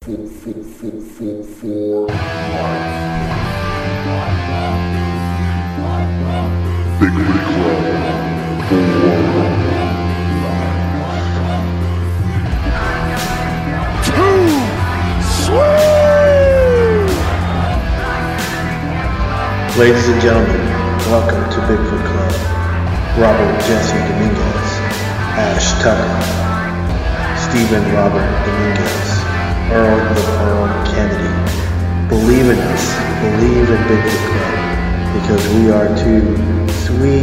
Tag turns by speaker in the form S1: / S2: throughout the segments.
S1: for, for, for, for, for life. Bigly Club for
S2: Ladies and gentlemen, welcome to Bigfoot Club. Robert Jesse Dominguez, Ash Tucker, Stephen Robert Dominguez, Earl the Earl Kennedy. Believe in us. Believe in Bigfoot Club because we are too sweet.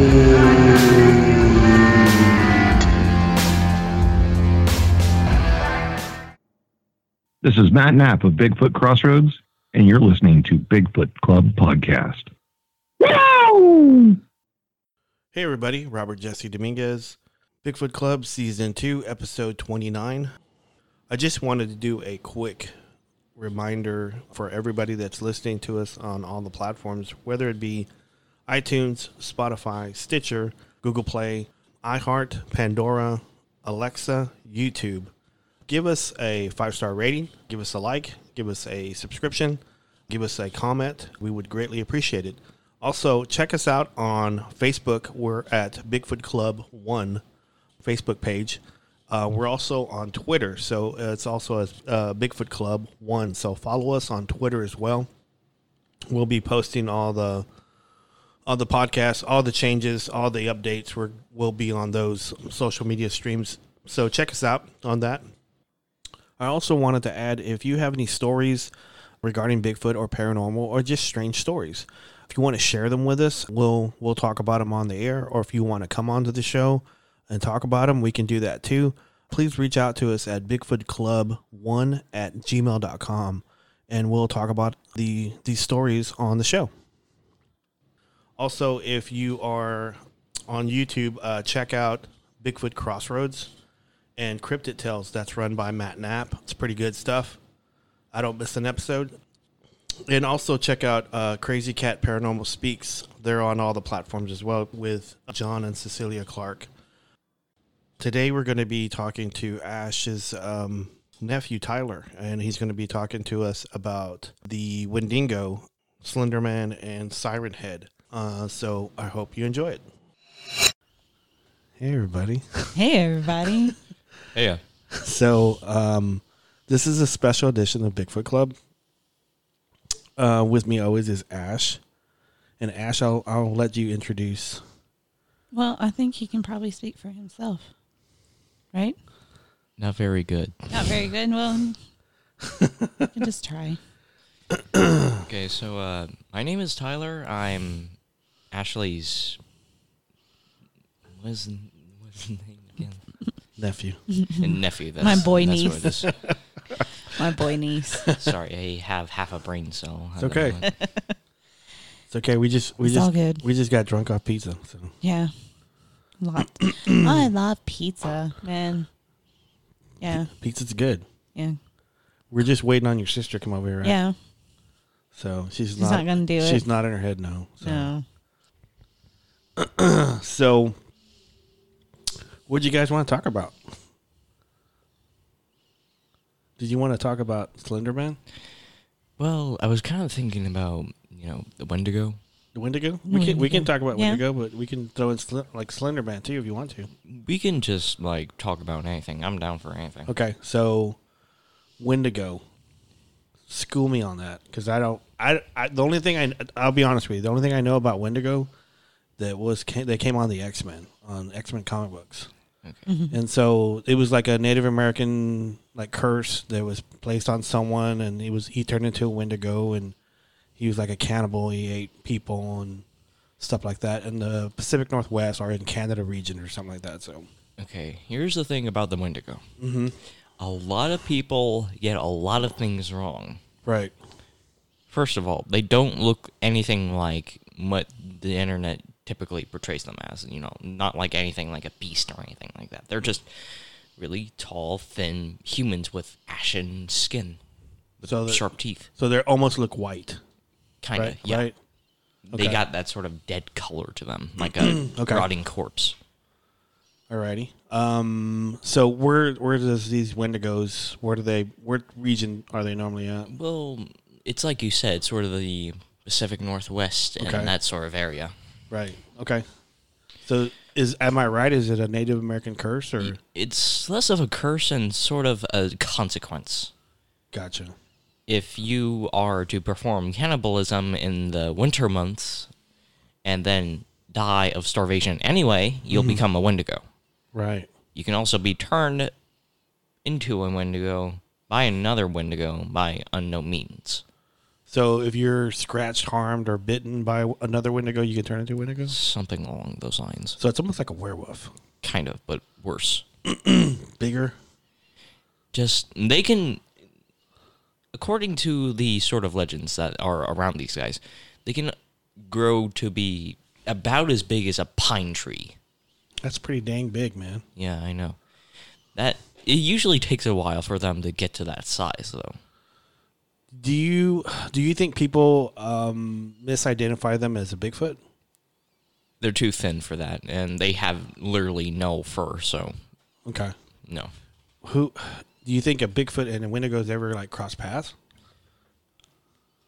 S3: This is Matt Knapp of Bigfoot Crossroads, and you're listening to Bigfoot Club Podcast.
S4: Hey everybody, Robert Jesse Dominguez, Bigfoot Club Season 2, Episode 29. I just wanted to do a quick reminder for everybody that's listening to us on all the platforms, whether it be iTunes, Spotify, Stitcher, Google Play, iHeart, Pandora, Alexa, YouTube. Give us a five star rating, give us a like, give us a subscription, give us a comment. We would greatly appreciate it. Also, check us out on Facebook. We're at Bigfoot Club One Facebook page. Uh, we're also on Twitter, so uh, it's also as uh, Bigfoot Club One. So follow us on Twitter as well. We'll be posting all the all the podcasts, all the changes, all the updates. We're, we'll be on those social media streams. So check us out on that. I also wanted to add if you have any stories regarding Bigfoot or paranormal or just strange stories, if you want to share them with us, we'll we'll talk about them on the air. Or if you want to come onto the show and talk about them, we can do that too. Please reach out to us at bigfootclub1 at gmail.com and we'll talk about the these stories on the show. Also, if you are on YouTube, uh, check out Bigfoot Crossroads and Cryptid Tales. That's run by Matt Knapp. It's pretty good stuff. I don't miss an episode. And also check out uh, Crazy Cat Paranormal Speaks. They're on all the platforms as well with John and Cecilia Clark. Today we're going to be talking to Ash's um, nephew Tyler, and he's going to be talking to us about the Wendigo, Slenderman, and Siren Head. Uh, so I hope you enjoy it. Hey everybody.
S5: Hey everybody.
S6: Hey, yeah.
S4: So, um, this is a special edition of Bigfoot Club. Uh, with me always is Ash, and Ash, I'll I'll let you introduce.
S5: well, I think he can probably speak for himself. Right?
S6: Not very good.
S5: Not very good. Well, I can just try.
S6: Okay, so uh, my name is Tyler. I'm Ashley's. What is, what is the name again?
S4: Nephew,
S6: And nephew. That's,
S5: My boy
S6: that's
S5: niece.
S6: What it
S5: My boy niece.
S6: is. Sorry, I have half a brain cell. I
S4: It's
S6: don't know.
S4: it's okay. We just we
S5: It's
S4: just
S5: all good.
S4: we just got drunk off pizza. So
S5: Yeah. Lot. I love pizza, man. Yeah.
S4: pizza's good.
S5: Yeah.
S4: We're just waiting on your sister to come over here. Right?
S5: Yeah.
S4: So she's,
S5: She's not gonna do
S4: She's
S5: it.
S4: not in her head now. So.
S5: No.
S4: So, what do you guys want to talk about? Did you want to talk about Slenderman,
S6: Well, I was kind of thinking about, you know, the Wendigo.
S4: the Wendigo? We can we can talk about
S5: Yeah.
S4: Wendigo, but we can throw in Sl- like Slenderman too if you want to.
S6: We can just, like, talk about anything. I'm down for anything.
S4: Okay, so Wendigo. School me on that because I don't. I, I the only thing I I'll be honest with you. The only thing I know about Wendigo that was came, they came on the X Men on X Men comic books,
S6: Okay.
S4: and so it was like a Native American like curse that was placed on someone, and he was he turned into a Wendigo, and he was like a cannibal. He ate people and stuff like that in the Pacific Northwest or in Canada region or something like that. So
S6: Okay, here's the thing about the Wendigo. Mm-hmm. A lot of people get a lot of things wrong.
S4: right,
S6: First of all, they don't look anything like what the internet typically portrays them as. You know, not like anything like a beast or anything like that. They're just really tall, thin humans with ashen skin, with
S4: So they're-
S6: sharp teeth.
S4: so they almost look white,
S6: Kind of,
S4: right,
S6: yeah.
S4: right.
S6: They
S4: okay.
S6: got that sort of dead color to them, like a
S4: Okay.
S6: rotting corpse.
S4: Alrighty. Um, so where where does these Wendigos? Where do they? What region are they normally at?
S6: Well, it's like you said, sort of the Pacific Northwest and
S4: Okay.
S6: that sort of area.
S4: Right. Okay. So is am I right? Is it a Native American curse or?
S6: It's less of a curse and sort of a consequence.
S4: Gotcha.
S6: If you are to perform cannibalism in the winter months and then die of starvation anyway, you'll become a Wendigo.
S4: Right.
S6: You can also be turned into a Wendigo by another Wendigo by unknown means.
S4: So if you're scratched, harmed, or bitten by another Wendigo, you can turn into a Wendigo.
S6: Something along those lines.
S4: So it's almost like a werewolf,
S6: Kind of, but worse.
S4: bigger.
S6: just they can according to the sort of legends that are around these guys they can grow to be about as big as a pine tree
S4: That's pretty dang big, man.
S6: yeah i know that it usually takes a while for them to get to that size though
S4: Do you do you think people um, misidentify them as a Bigfoot?
S6: they're too thin for that and they have literally no fur so
S4: Okay.
S6: no
S4: Who do you think a Bigfoot and a Wendigo's ever like cross paths?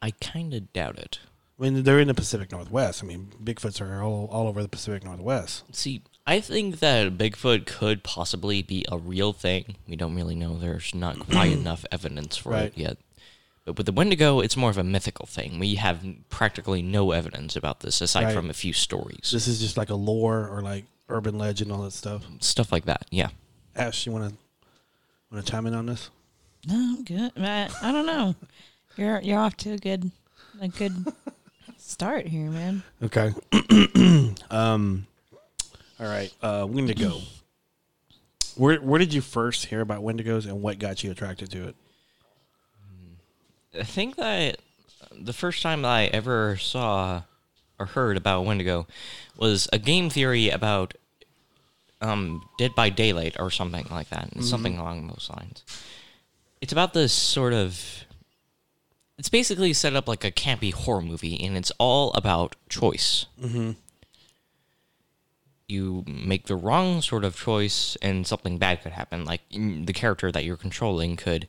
S6: i kind of doubt it
S4: When they're in the Pacific Northwest, I mean, Bigfoots are all, all over the Pacific Northwest.
S6: see i think that bigfoot could possibly be a real thing we don't really know there's not quite enough evidence for
S4: Right.
S6: it yet but with the wendigo it's more of a mythical thing we have practically no evidence about this aside
S4: Right.
S6: from a few stories
S4: This is just like a lore or like urban legend, all that stuff.
S6: stuff like that yeah
S4: Ash, you want to want to chime in on this?
S5: No, I'm good. I, I don't know. You're you're off to a good a good start here, man.
S4: Okay. um. All right. Uh, Wendigo. Where Where did you first hear about Wendigos, and what got you attracted to it?
S6: i think that the first time that i ever saw or heard about wendigo was a game theory about um, Dead by Daylight or something like that. It's Something along those lines. It's about this sort of. It's basically set up like a campy horror movie, and it's all about choice. Mm-hmm. You make the wrong sort of choice, and something bad could happen. Like mm, the character that you're controlling could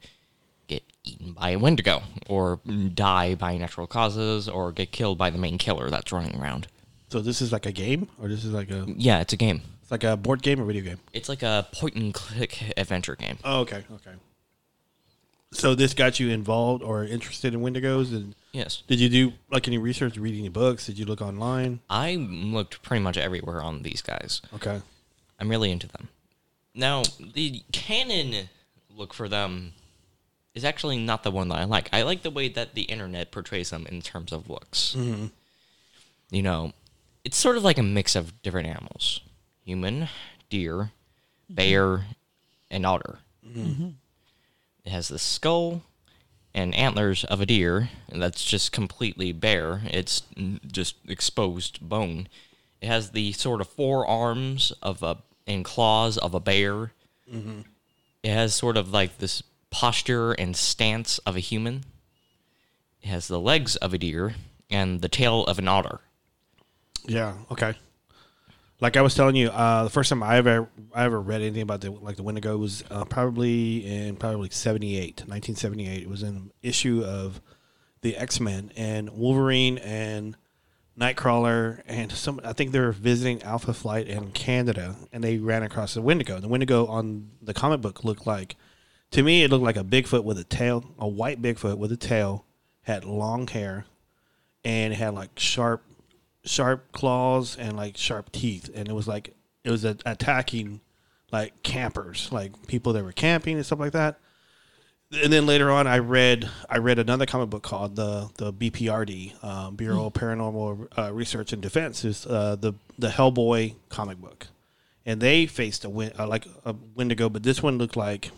S6: get eaten by a wendigo, or mm, die by natural causes, or get killed by the main killer that's running around.
S4: So this is like a game, or this is like a
S6: Yeah, it's a game.
S4: it's like a board game or video game.
S6: It's like a point and click adventure game.
S4: Oh, okay. Okay. So this got you involved or interested in Wendigos, and
S6: Yes.
S4: did you do like any research, read any books? Did you look online?
S6: I looked pretty much everywhere on these guys.
S4: Okay.
S6: I'm really into them. Now, the canon look for them is actually not the one that I like. I like the way that the internet portrays them in terms of looks. You know, it's sort of like a mix of different animals human, deer, Mm-hmm. bear, and otter. It has the skull and antlers of a deer, and that's just completely bare. It's n- just exposed bone. It has the sort of forearms of a and claws of a bear.
S5: Mm-hmm.
S6: It has sort of like this posture and stance of a human. It has the legs of a deer and the tail of an otter.
S4: Yeah. Okay. Like I was telling you, uh, the first time I ever I ever read anything about the like the Wendigo was uh, probably in probably 78, 1978. It was an issue of the X Men and Wolverine and Nightcrawler and some. I think they were visiting Alpha Flight in Canada and they ran across the Wendigo. The Wendigo on the comic book looked like, to me, it looked like a Bigfoot with a tail, a white Bigfoot with a tail, had long hair, and it had like sharp sharp claws and like sharp teeth and it was like it was a, attacking like campers like people that were camping and stuff like that and then later on i read i read another comic book called the the bprd um, bureau of paranormal uh, research and defense is uh, the the hellboy comic book and they faced a win uh, like a wendigo but this one looked like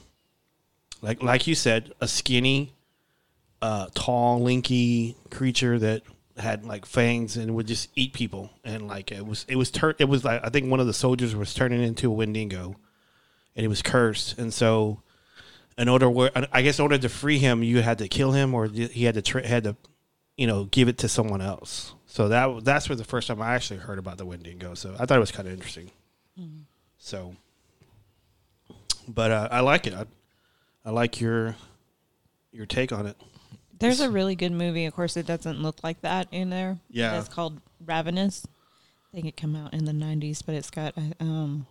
S4: like like you said a skinny uh, tall, lanky creature that had like fangs and would just eat people. And like it was, it was tur- It was like I think one of the soldiers was turning into a Wendigo, and he was cursed. And so, in order, where I guess, in order to free him, you had to kill him, or he had to tra- had to, you know, give it to someone else. So that that's where the first time I actually heard about the Wendigo. So I thought it was kind of interesting. So But uh, I like it. I, I like your your take on it.
S5: There's a really good movie. Of course, it doesn't look like that in there.
S4: Yeah.
S5: it's called Ravenous. I think it came out in the '90s, but it's got uh, um,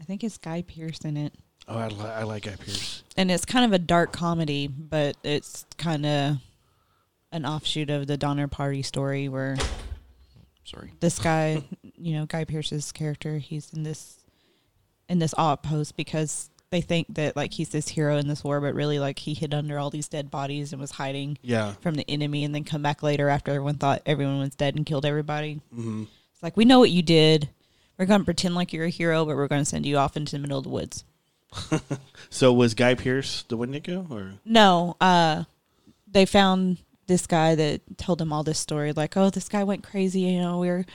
S5: I think it's Guy Pearce in it,
S4: Oh, I, li- I like Guy Pierce.
S5: and it's kind of a dark comedy, but it's kind of an offshoot of the Donner Party story where
S6: Sorry.
S5: this guy, you know, Guy Pierce's character, he's in this in this outpost because they think that like he's this hero in this war, but really like he hid under all these dead bodies and was hiding
S4: Yeah,
S5: from the enemy, and then come back later after everyone thought everyone was dead and killed everybody. It's like we know what you did. We're gonna pretend like you're a hero, but we're gonna send you off into the middle of the woods.
S4: So was Guy Pierce the Wendigo, or
S5: No, uh, they found this guy that told them all this story, like, oh, this guy went crazy. You know, we were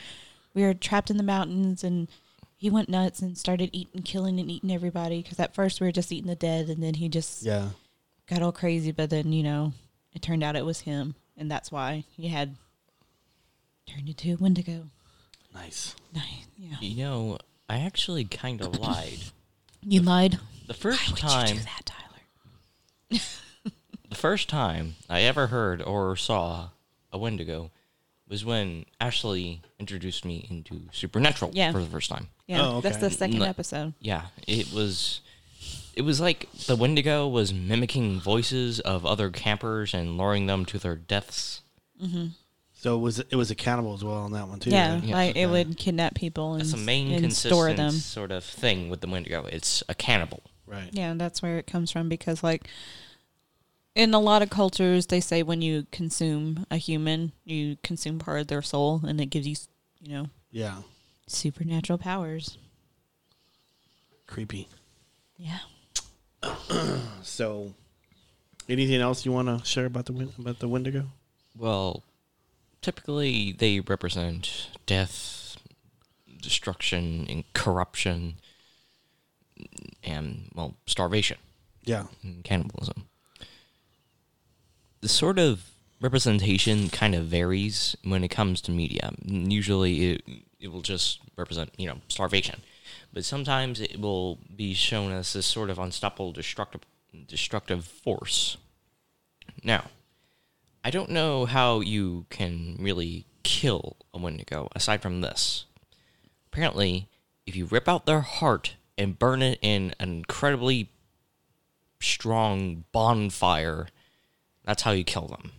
S5: we were trapped in the mountains, and he went nuts and started eating, killing, and eating everybody. Because at first we were just eating the dead, and then he just
S4: yeah,
S5: got all crazy. But then you know, it turned out it was him, and that's why he had turned into a Wendigo.
S4: nice.
S5: Nice, yeah.
S6: You know, I actually kind of lied.
S5: You lied.
S6: The
S5: Why
S6: first
S5: would
S6: time,
S5: you do that, Tyler?
S6: the first time I ever heard or saw a Wendigo was when Ashley introduced me into Supernatural
S5: Yeah.
S6: for the first time.
S5: Yeah,
S4: Oh,
S5: that's
S4: okay.
S5: the second
S6: No.
S5: episode.
S6: Yeah, it was. It was like the Wendigo was mimicking voices of other campers and luring them to their deaths.
S4: So it was it was a cannibal as well on that one too?
S5: Yeah,
S4: right?
S5: like it would kidnap people and,
S6: That's the main
S5: and store
S6: consistent
S5: them.
S6: sort of thing with the Wendigo. It's a cannibal.
S4: right.
S5: Yeah, that's where it comes from because, like, in a lot of cultures, they say when you consume a human, you consume part of their soul, and it gives you, you know,
S4: Yeah,
S5: supernatural powers.
S4: creepy.
S5: Yeah.
S4: So, anything else you want to share about the Wen- about the Wendigo?
S6: Well, typically they represent death, destruction, and corruption, and, well, starvation
S4: Yeah,
S6: and cannibalism. The sort of representation kind of varies when it comes to media. Usually it, it will just represent, you know, starvation. But sometimes it will be shown as this sort of unstoppable destructive destructive force. Now, I don't know how you can really kill a Wendigo aside from this. Apparently, if you rip out their heart and burn it in an incredibly strong bonfire, that's how you kill them.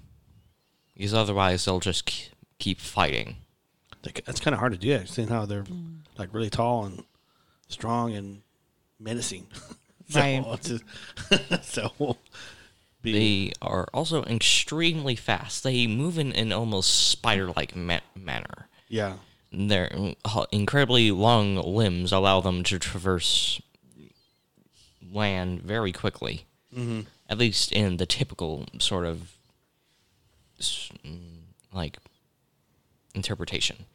S6: Because otherwise, they'll just k- keep fighting.
S4: Like, that's kind of hard to do. That, seeing how they're
S5: Mm.
S4: like really tall and strong and menacing. so,
S5: Right.
S4: it's just- so we'll be
S6: They are also extremely fast. They move in an almost spider like ma- manner.
S4: yeah.
S6: Their h- incredibly long limbs allow them to traverse land very quickly. Mm-hmm. At least in the typical sort of s- mm, like interpretation,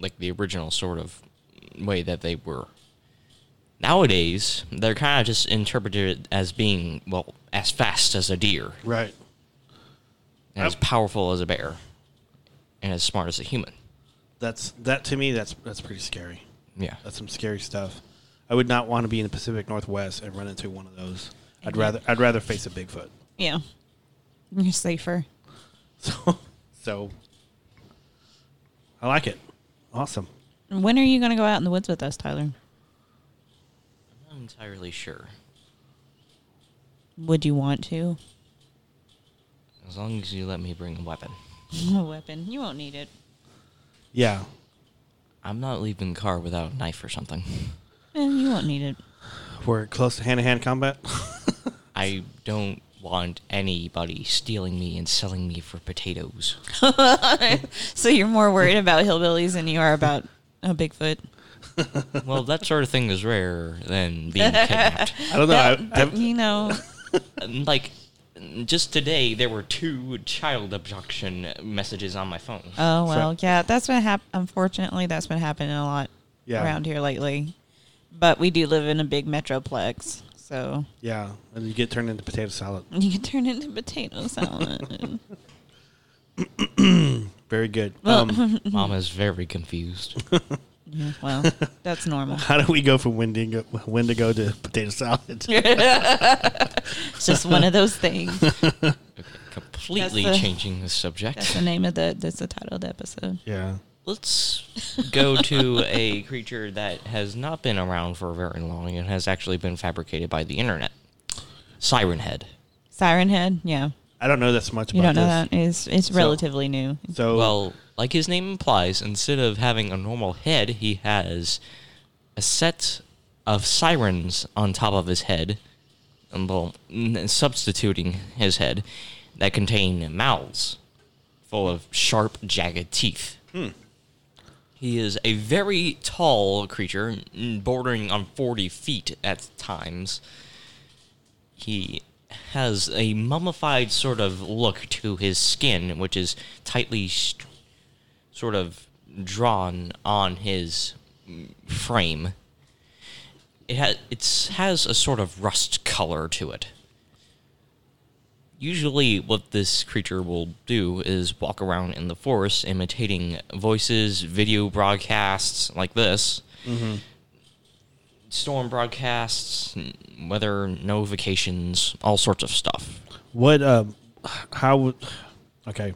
S6: like the original sort of way that they were. Nowadays, they're kind of just interpreted as being well as fast as a deer,
S4: Right.
S6: and as powerful as a bear, and as smart as a human.
S4: That's that to me. That's that's pretty scary.
S6: Yeah.
S4: That's some scary stuff. I would not want to be in the Pacific Northwest and run into one of those. I'd rather I'd rather face a Bigfoot.
S5: Yeah. You're safer.
S4: So so I like it. Awesome.
S5: And When are you going to go out in the woods with us, Tyler?
S6: I'm not entirely sure.
S5: Would you want to?
S6: As long as you let me bring a weapon.
S5: A weapon. You won't need it.
S4: Yeah.
S6: I'm not leaving the car without a knife or something.
S5: Eh, you won't need it.
S4: We're close to hand to hand combat.
S6: I don't want anybody stealing me and selling me for potatoes.
S5: So you're more worried about hillbillies than you are about a Bigfoot.
S6: well, that sort of thing is rarer than being kidnapped.
S4: I don't know. I, I've-
S5: You know,
S6: And, like, just today there were two child abduction messages on my phone.
S5: Oh well, yeah, that's what happened. Unfortunately, that's been happening a lot
S4: Yeah.
S5: around here lately. But we do live in a big metroplex, so
S4: yeah, and you get turned into potato salad.
S5: you can turn into potato salad.
S4: Very good.
S5: Well-
S4: um,
S6: Mama's very confused.
S5: Yeah, well, that's normal.
S4: How do we go from Wendigo, Wendigo to potato salad?
S5: It's just one of those things.
S6: Completely
S5: That's the-
S6: changing the
S5: That's
S6: subject.
S5: the name of the. That's the title of the episode.
S4: yeah.
S6: Let's go to a creature that has not been around for very long and has actually been fabricated by the internet. Siren Head.
S5: Siren Head. Yeah,
S4: I don't know this much
S5: you
S4: about
S5: don't know
S4: this.
S5: that. It's it's relatively new.
S4: So
S6: Well, like his name implies, instead of having a normal head, he has a set of sirens on top of his head, and well, n- substituting his head, that contain mouths full of sharp, jagged teeth. He is a very tall creature, n- bordering on 40 feet at times. He has a mummified sort of look to his skin, which is tightly st- sort of drawn on his mm, frame. It ha- it's, has a sort of rust color to it. Usually, what this creature will do is walk around in the forest imitating voices, video broadcasts like this storm broadcasts, n- weather notifications, all sorts of stuff.
S4: what? Um, how? w- Okay.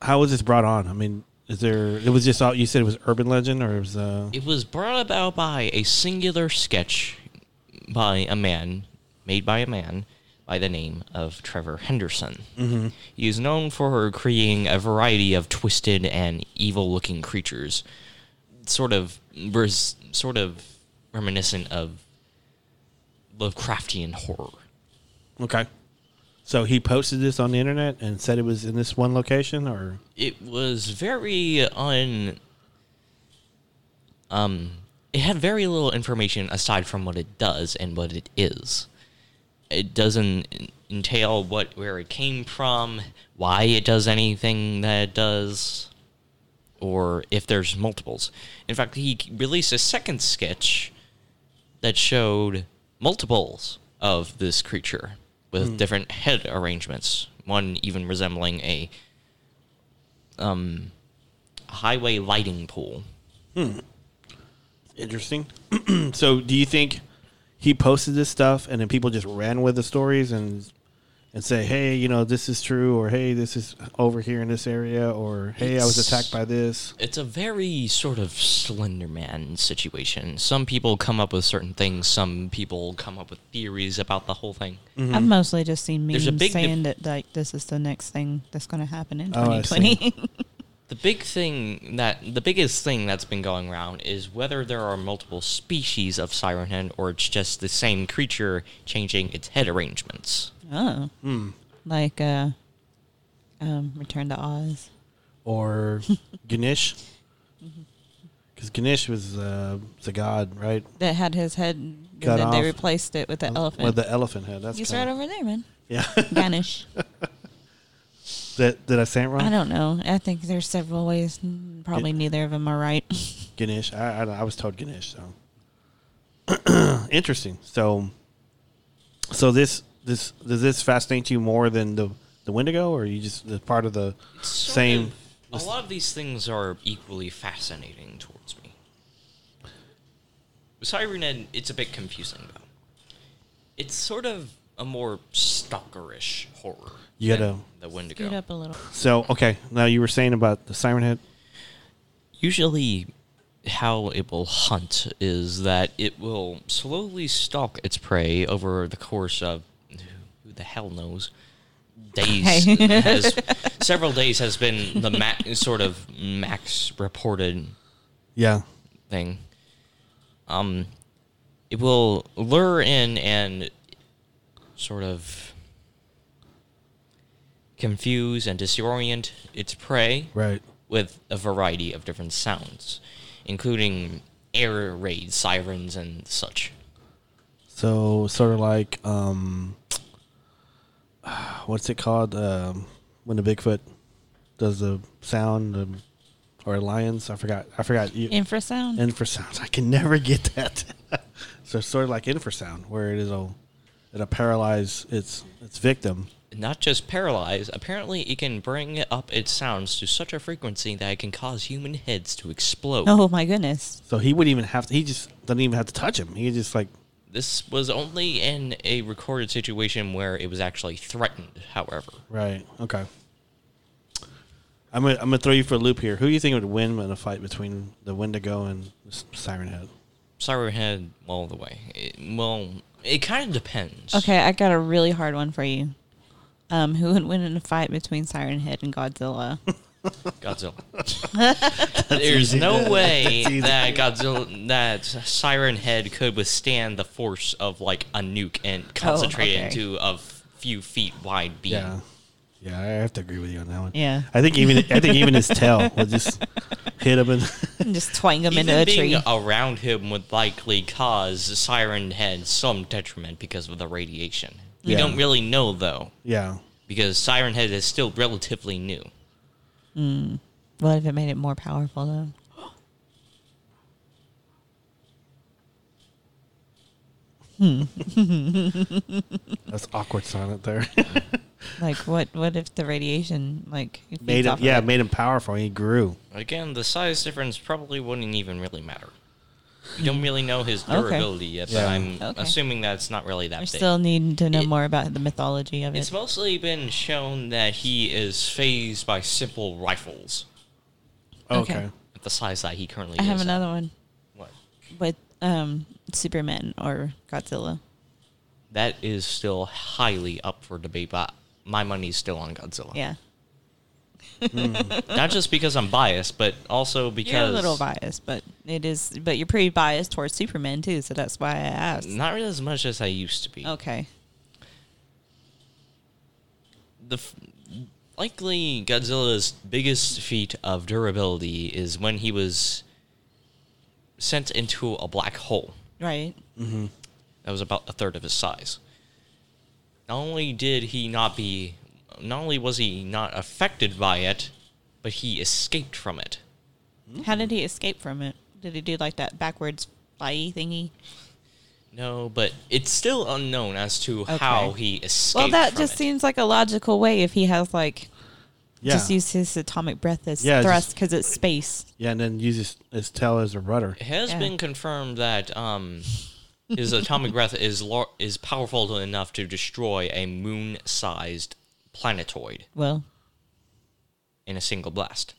S4: How was this brought on? I mean, is there? It was just all you said. It was urban legend, or it was? Uh,
S6: It was brought about by a singular sketch by a man, made by a man by the name of Trevor Henderson. Mm-hmm. He is known for creating a variety of twisted and evil-looking creatures, sort of res- sort of reminiscent of Lovecraftian horror.
S4: okay. So he posted this on the internet and said it was in this one location, or
S6: it was very un um it had very little information aside from what it does and what it is it doesn't en- entail what where it came from why it does anything that it does or if there's multiples in fact he c- released a second sketch that showed multiples of this creature with different head arrangements one even resembling a highway lighting pool.
S4: interesting. so do you think he posted this stuff and then people just ran with the stories and and say, hey, you know, this is true, or hey, this is over here in this area, or hey, I was
S6: It's-
S4: attacked by this.
S6: It's a very sort of Slender Man situation. Some people come up with certain things, some people come up with theories about the whole thing.
S4: Mm-hmm.
S5: I've mostly just seen memes
S6: There's a big
S5: saying that like this is the next thing that's going to happen in
S4: Oh, I see.
S5: 2020.
S6: The big thing that the biggest thing that's been going around is whether there are multiple species of Siren Head or it's just the same creature changing its head arrangements.
S5: oh,
S4: Hmm.
S5: like uh, um, Return to Oz.
S4: or Ganesh.
S6: Mm-hmm.
S4: Because Ganesh was uh, the god, right?
S5: that had his head, and
S4: Cut
S5: then they
S4: off.
S5: replaced it with the elephant.
S4: With the elephant head. That's
S5: He's right
S4: kinda-
S5: over there, man.
S4: Yeah.
S5: Vanish.
S4: Did, did I say it wrong?
S5: I don't know. I think there's several ways. Mm, Probably neither of them are right.
S4: Ganesh. I, I, I was told Ganesh. So interesting. So, so this this does this fascinate you more than the the Wendigo, or you just the part of the
S6: Sort
S4: same?
S6: of- a lot of these things are equally fascinating towards me. With Siren Head, it's a bit confusing though. It's sort of a more stalkerish horror.
S4: You
S6: than
S4: gotta-
S6: the Wendigo.
S5: Scoot up a little.
S4: So okay, now you were saying about the siren head.
S6: usually how it will hunt is that it will slowly stalk its prey over the course of who the hell knows days
S5: Hey.
S6: has, several days has been the ma- sort of max reported
S4: Yeah.
S6: thing um it will lure in and sort of confuse and disorient its prey
S4: Right.
S6: with a variety of different sounds, including air raid sirens and such.
S4: So sort of like um, what's it called um, when the Bigfoot does the sound um, or lions? I forgot. I forgot. You,
S5: Infrasound.
S4: infrasound. I can never get that. so it's sort of like infrasound, where it is a it'll paralyze its its victim.
S6: not just paralyze, apparently it can bring up its sounds to such a frequency that it can cause human heads to explode.
S5: Oh my goodness.
S4: So he wouldn't even have to. He just doesn't even have to touch him. He just like
S6: This was only in a recorded situation where it was actually threatened, however.
S4: right. Okay. I'm gonna, I'm gonna throw you for a loop here. Who do you think would win in a fight between the Wendigo and the Siren Head?
S6: Sorry, we had all the way. It, well, it kind of depends.
S5: Okay, I got a really hard one for you. Um, who would win in a fight between Siren Head and Godzilla?
S6: Godzilla. There's no way that Godzilla that Siren Head could withstand the force of like a nuke and concentrate
S5: Oh, okay.
S6: it into a few feet wide beam.
S4: Yeah, yeah, I have to agree with you on that one.
S5: Yeah.
S4: I think even I think even his tail would just hit him. And
S5: and just twang them
S6: Even
S5: into a
S6: being
S5: tree.
S6: around him would likely cause Siren Head some detriment because of the radiation. We
S4: Yeah.
S6: don't really know though,
S4: yeah,
S6: because Siren Head is still relatively new.
S5: What if it made it more powerful though?
S4: that's awkward silent there.
S5: Like what? What if the radiation like it feeds
S4: made him,
S5: off of
S4: yeah,
S5: it?
S4: made him powerful. He grew.
S6: Again, the size difference probably wouldn't even really matter. You don't really know his durability yet, but
S4: Yeah.
S6: I'm
S5: Hmm. Okay.
S6: assuming that's not really that
S5: We
S6: big.
S5: still need to know
S6: It-
S5: more about the mythology of
S6: It's
S5: it.
S6: mostly been shown that he is phased by simple rifles
S4: Okay.
S5: Okay.
S6: at the size that he currently
S5: I
S6: is.
S5: have
S6: at.
S5: another one
S6: What?
S5: with um Superman or Godzilla.
S6: That is still highly up for debate, but my money's still on Godzilla.
S5: Yeah,
S6: Not just because I'm biased, but also because
S5: you're a little biased, but it is. But you're pretty biased towards Superman too, so that's why I asked.
S6: Not really as much as I used to be.
S5: Okay.
S6: the f- likely Godzilla's biggest feat of durability is when he was sent into a black hole
S5: Right.
S6: that was about a third of his size. Not only did he not be, not only was he not affected by it, but he escaped from it.
S5: How did he escape from it? Did he do like that backwards fly thingy?
S6: No, but it's still unknown as to how
S5: Okay.
S6: he escaped.
S5: Well, that
S6: from
S5: just
S6: it.
S5: seems like a logical way if he has like
S4: Yeah.
S5: just use his atomic breath as
S4: Yeah,
S5: thrust
S4: just-
S5: because it's space.
S4: yeah, and then use his, his tail as a rudder.
S6: It has
S5: Yeah.
S6: been confirmed that um, his atomic breath is lar- is powerful enough to destroy a moon-sized planetoid
S5: Well,
S6: in a single blast.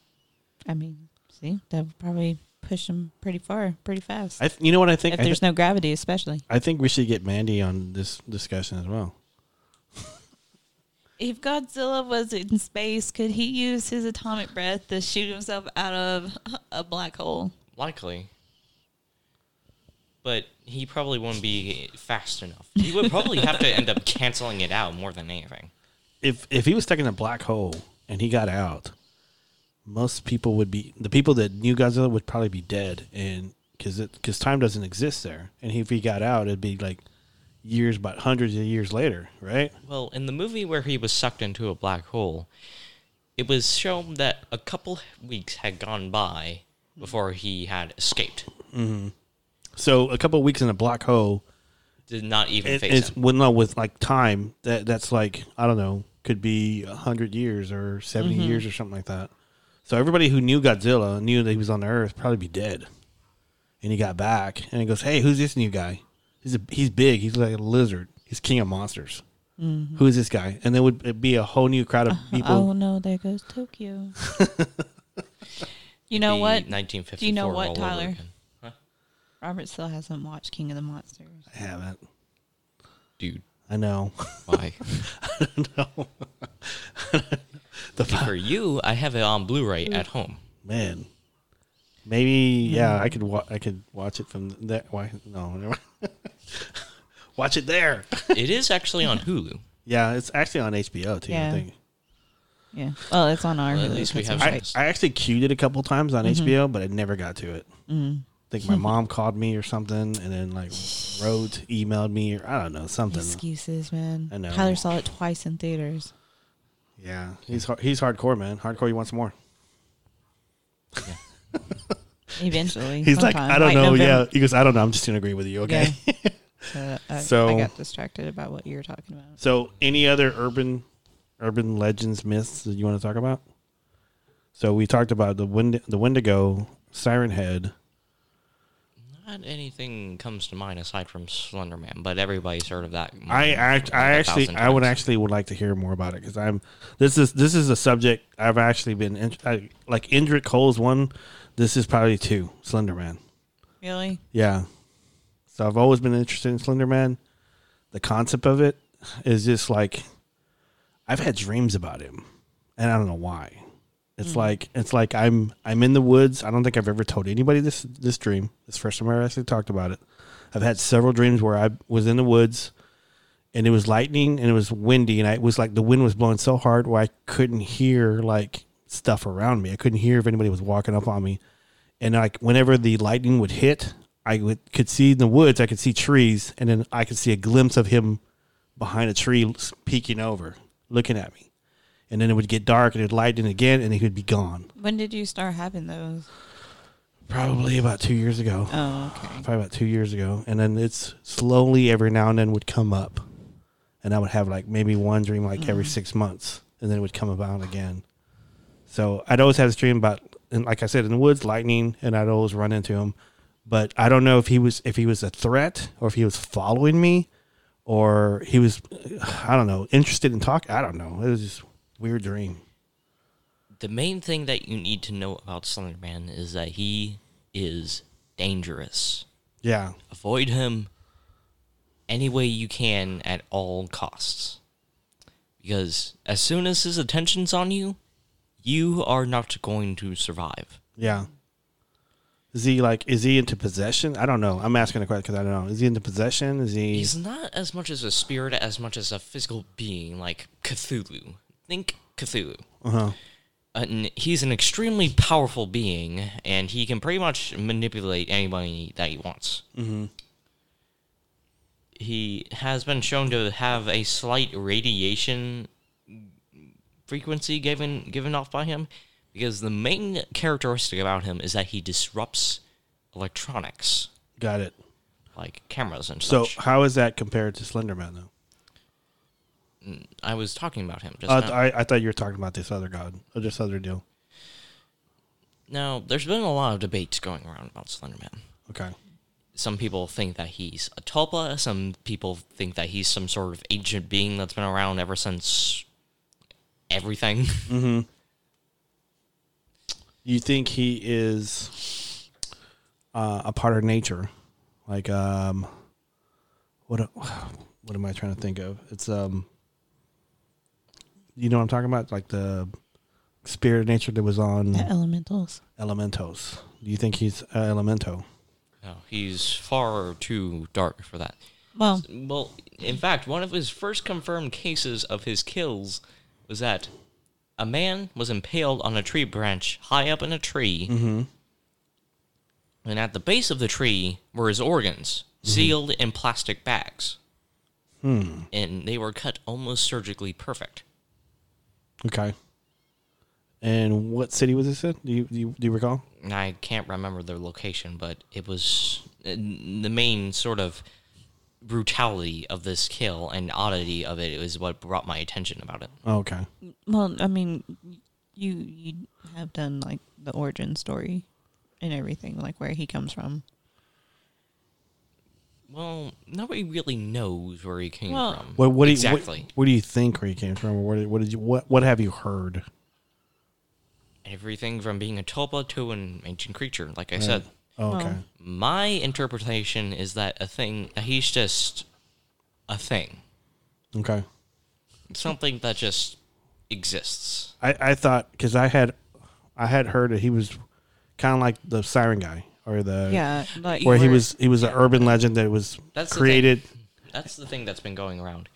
S5: I mean, see, that would probably push him pretty far, pretty fast.
S4: I th- you know what I think?
S5: if
S4: I,
S5: there's
S4: thi-
S5: no gravity, especially.
S4: I think we should get Mandy on this discussion as well.
S5: If Godzilla was in space, could he use his atomic breath to shoot himself out of a black hole?
S6: Likely. But he probably wouldn't be fast enough. He would probably have to end up canceling it out more than anything.
S4: If if he was stuck in a black hole and he got out, most people would be the people that knew Godzilla would probably be dead, and because because time doesn't exist there. And if he got out, it'd be like years, but hundreds of years later, right?
S6: Well, in the movie where he was sucked into a black hole, it was shown that a couple weeks had gone by before he had escaped.
S4: So a couple of weeks in a black hole,
S6: Did not even
S4: it,
S6: face
S4: it's
S6: him.
S4: well, no, with like time that that's like I don't know, could be hundred years or 70 years or something like that. So everybody who knew Godzilla knew that he was on Earth probably be dead. And he got back and he goes, "Hey, who's this new guy? He's a, he's big. He's like a lizard. He's king of monsters. Who is this guy?" And there would it'd be a whole new crowd of people.
S5: Oh no, there goes Tokyo. you know
S6: The
S5: what?
S6: 1954
S5: Do you know what,
S6: all over
S5: Tyler?
S6: again.
S5: Robert still hasn't watched King of the Monsters.
S4: I haven't.
S6: Dude,
S4: I know.
S6: why?
S4: the
S6: For you, I have it on Blu-ray at home.
S4: man. Maybe yeah, I could wa- I could watch it from there. Why no? Never. watch it there.
S6: It is actually on Hulu.
S4: Yeah, it's actually on HBO too. I
S5: Yeah.
S4: think
S5: Yeah. Well, it's on our.
S6: Well, at
S5: Hulu,
S6: least we
S5: that's
S6: have
S5: right. Mm-hmm.
S4: I, I actually queued it a couple times on HBO, but I never got to it.
S5: Mm.
S4: I think my mom called me or something, and then like wrote, emailed me, or I don't know something.
S5: Excuses, man.
S4: I know.
S5: Tyler saw it twice in theaters.
S4: Yeah, he's har- he's hardcore, man. Hardcore. You want some more?
S5: Eventually,
S4: He's like,
S5: sometime,
S4: I don't
S5: like
S4: know. Yeah,
S5: November.
S4: he goes, I don't know. I'm just gonna agree with you. Okay.
S5: Yeah. So, uh, I,
S4: So-
S5: I got distracted about what you were talking about.
S4: So, any other urban urban legends, myths that you want to talk about? So we talked about the wind, the Wendigo, Siren Head.
S6: Not anything comes to mind aside from Slender Man, but everybody's heard of that.
S4: I act, I
S6: Mm-hmm. a
S4: actually,
S6: thousand
S4: I would
S6: times.
S4: actually would like to hear more about it because I'm. This is this is a subject I've actually been in, I, like Indra Cole's one. This is probably two Slender Man.
S5: Really?
S4: Yeah. So I've always been interested in Slender Man. The concept of it is just like I've had dreams about him and I don't know why. It's like it's like I'm I'm in the woods. I don't think I've ever told anybody this this dream. This is the first time I actually talked about it. I've had several dreams where I was in the woods and it was lightning and it was windy and I, it was like the wind was blowing so hard where I couldn't hear like stuff around me. I couldn't hear if anybody was walking up on me and like whenever the lightning would hit, I would could see in the woods. I could see trees, and then I could see a glimpse of him behind a tree s- peeking over, looking at me. And then it would get dark, and it would lighten again, and he would be gone.
S5: When did you start having those?
S4: Probably about two years ago.
S5: Oh, okay.
S4: Probably about two years ago, and then it's slowly every now and then would come up, and I would have like maybe one dream like every six months, and then it would come about again. So I'd always have this dream about, and like I said, in the woods, lightning, and I'd always run into him. But I don't know if he was if he was a threat or if he was following me, or he was, I don't know, interested in talk. I don't know. It was just weird dream.
S6: The main thing that you need to know about Slender Man is that he is dangerous.
S4: Yeah,
S6: Avoid him any way you can at all costs. Because as soon as his attention's on you, you are not going to survive.
S4: yeah. Is he like? Is he into possession? I don't know. I'm asking a question because I don't know. Is he into possession? Is he?
S6: He's not as much as a spirit as much as a physical being like Cthulhu. Think Cthulhu.
S4: Uh-huh.
S6: An, he's an extremely powerful being, and he can pretty much manipulate anybody that he wants. Mm-hmm. He has been shown to have a slight radiation frequency given given off by him, because the main characteristic about him is that he disrupts electronics
S4: Got it.
S6: like cameras and
S4: So
S6: such.
S4: how is that compared to Slenderman though?
S6: I was talking about him just
S4: Uh,
S6: now.
S4: I, I thought you were talking about this other god or this other deal.
S6: now, there's been a lot of debates going around about Slenderman.
S4: Okay.
S6: Some people think that he's a tulpa. Some people think that he's some sort of ancient being that's been around ever since everything.
S4: You think he is uh, a part of nature, like um, what a- what am I trying to think of? It's um, you know what I'm talking about, like the spirit of nature that was on
S5: The elementals.
S4: Elementos. Do you think he's uh, Elemento?
S6: no, he's far too dark for that.
S5: Well,
S6: Well, in fact, one of his first confirmed cases of his kills was that a man was impaled on a tree branch high up in a tree, and at the base of the tree were his organs, sealed in plastic bags. Hmm. And they were cut almost surgically perfect.
S4: Okay. And what city was this in? Do you do you, do you recall?
S6: And I can't remember their location, but it was uh, the main sort of brutality of this kill and oddity of it is what brought my attention about it.
S4: Oh, okay.
S5: well, I mean, you you have done like the origin story and everything, like where he comes from.
S6: Well, nobody really knows where he came
S5: Well-
S6: from.
S4: What, what do you, what-
S6: exactly?
S4: What, do you think where he came from? Or what, did- what did you? What What have you heard?
S6: Everything from being a tulpa to an ancient creature. Like I said,
S4: Oh, okay.
S6: my interpretation is that a thing. He's just a thing,
S4: Okay.
S6: something that just exists.
S4: I, I thought because I had, I had heard that he was kind of like the siren guy or the
S5: Yeah, like
S4: where he
S6: Where-
S4: was he was an urban legend that was
S6: That's the thing.
S4: created.
S6: That's the thing that's been going around.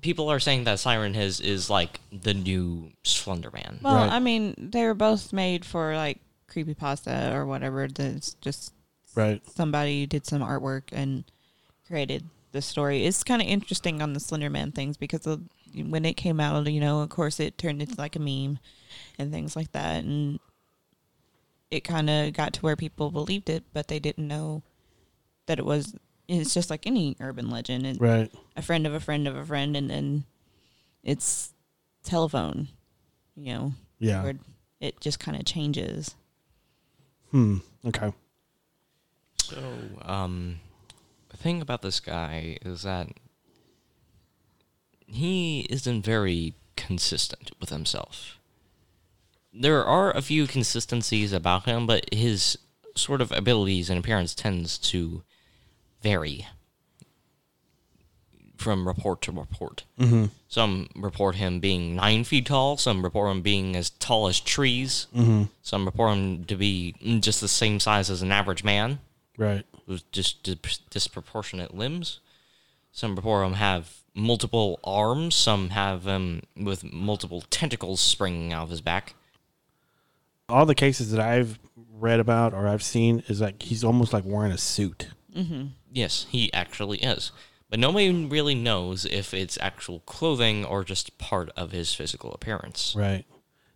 S6: People are saying that Siren His is like the new Slender Man.
S5: Well,
S4: Right.
S5: I mean, they were both made for like creepy pasta or whatever. That's just
S4: Right.
S5: somebody did some artwork and created the story. It's kind of interesting on the Slender Man things because of, when it came out, you know, of course it turned into like a meme and things like that, and it kind of got to where people believed it, but they didn't know that it was. It's just like any urban legend. It,
S4: Right.
S5: a friend of a friend of a friend and then it's telephone, you know,
S4: Yeah.
S5: where it just kind of changes.
S4: Hmm. Okay.
S6: So, um, the thing about this guy is that he isn't very consistent with himself. There are a few consistencies about him, but his sort of abilities and appearance tends to vary from report to report. Mm-hmm. Some report him being nine feet tall. Some report him being as tall as trees. Mm-hmm. Some report him to be just the same size as an average man
S4: Right.
S6: with just dis- disproportionate limbs. Some before them have multiple arms. Some have him with multiple tentacles springing out of his back.
S4: All the cases that I've read about or I've seen is like he's almost like wearing a suit.
S6: Yes, he actually is. But nobody really knows if it's actual clothing or just part of his physical appearance.
S4: Right.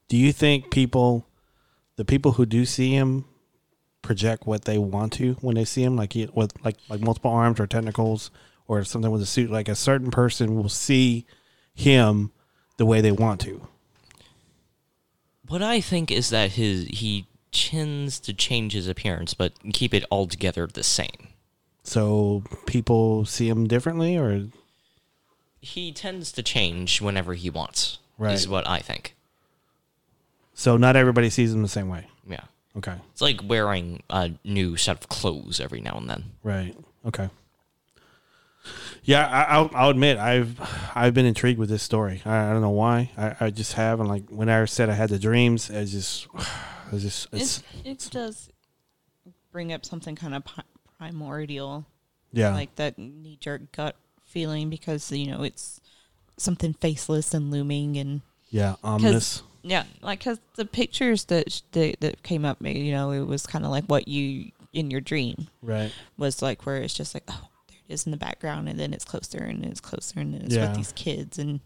S4: Do you think people, the people who do see him, project what they want to when they see him, like he, with like like multiple arms or tentacles or something with a suit? Like a certain person will see him the way they want to.
S6: What I think is that his he tends to change his appearance, but keep it all together the same.
S4: So people see him differently, or
S6: He tends to change whenever he wants.
S4: Right.
S6: Is what I think.
S4: so not everybody sees him the same way.
S6: Yeah.
S4: Okay.
S6: It's like wearing a new set of clothes every now and then.
S4: Right. Okay. Yeah, I, I'll, I'll admit I've I've been intrigued with this story. I, I don't know why. I, I just have, and like when I said I had the dreams, it's just, it's just, it's,
S5: It, it does bring up something kind of pri- primordial,
S4: yeah,
S5: like that knee jerk gut feeling because, you know, it's something faceless and looming and
S4: yeah, ominous.
S5: because yeah, like because the pictures that sh- that, that came up, me, you know, it was kind of like what you in your dream
S4: Right.
S5: was like, where it's just like, oh, there it is in the background, and then it's closer and it's closer, and it's
S4: Yeah.
S5: with these kids, and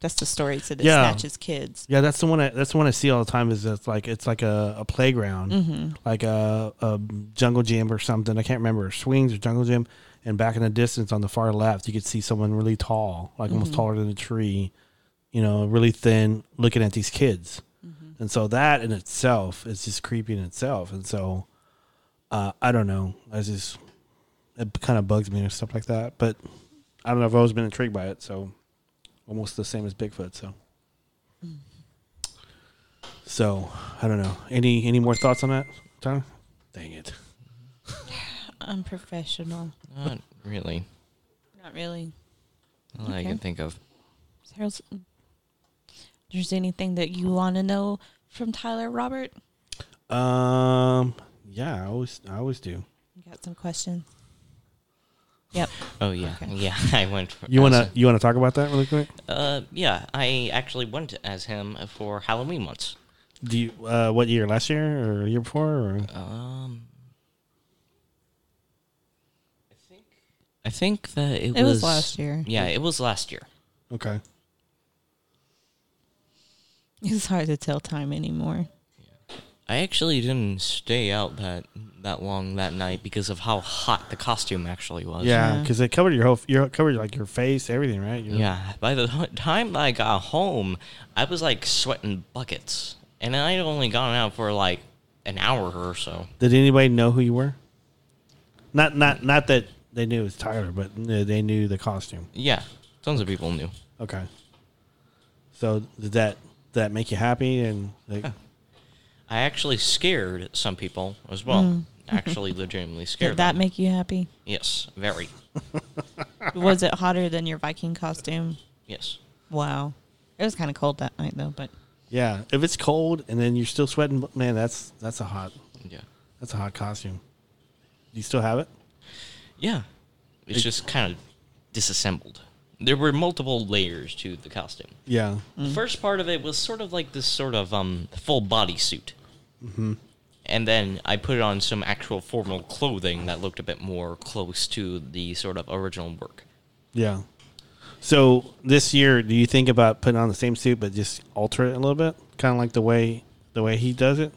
S5: that's the story. So that
S4: Yeah.
S5: snatches kids.
S4: Yeah, that's the one. I, that's the one I see all the time. Is it's like it's like a, a playground, like a, a jungle gym or something. I can't remember swings or jungle gym. And back in the distance, on the far left, you could see someone really tall, like almost taller than a tree, you know, really thin, looking at these kids. And so that in itself is just creepy in itself. And so uh, I don't know. I just it kind of bugs me and stuff like that. But I don't know. I've always been intrigued by it. So almost the same as Bigfoot. So. So I don't know. Any any more thoughts on that, Tyler? Dang it.
S5: Unprofessional.
S6: Not really.
S5: Not really.
S6: Not that I
S5: Okay.
S6: can think of.
S5: There's, mm. there's anything that you want to know from Tyler Robert?
S4: Um. Yeah, I always I always do.
S5: You got some questions. Yep.
S6: Oh yeah,
S5: Okay.
S6: yeah. I went. For,
S4: You wanna
S6: as-
S4: you wanna talk about that really quick?
S6: Uh, yeah. I actually went as him for Halloween once.
S4: Do you uh, what year? Last year or year before? Or
S6: Um, I think. I think that it,
S5: It was last year.
S6: Yeah, it was last year.
S4: okay.
S5: It's hard to tell time anymore.
S6: I actually didn't stay out that that long that night because of how hot the costume actually was.
S4: Yeah,
S5: Yeah.
S4: because it covered your whole your covered like your face, everything, right? Your-
S6: Yeah, by the hu- time I got home, I was like sweating buckets. And I'd only gone out for like an hour or so.
S4: Did anybody know who you were? Not not not that they knew it was Tyler, but uh, they knew the costume.
S6: Yeah, tons of people knew.
S4: Okay. So did that did that make you happy and like
S6: I actually scared some people as well. Actually, legitimately
S5: Did
S6: scared
S5: that
S6: them.
S5: make you happy?
S6: yes, very.
S5: was it hotter than your Viking costume?
S6: Yes.
S5: Wow. It was kind of cold that night though, but
S4: Yeah, if it's cold and then you're still sweating, man, that's that's a hot
S6: Yeah.
S4: that's a hot costume. Do you still have it?
S6: Yeah. It's just kind of disassembled. There were multiple layers to the costume.
S4: Yeah.
S6: The
S5: Mm-hmm.
S6: first part of it was sort of like this sort of um full body suit.
S5: Mm-hmm.
S6: And then I put on some actual formal clothing that looked a bit more close to the sort of original work.
S4: Yeah. So this year, do you think about putting on the same suit but just alter it a little bit, kind of like the way the way he does it?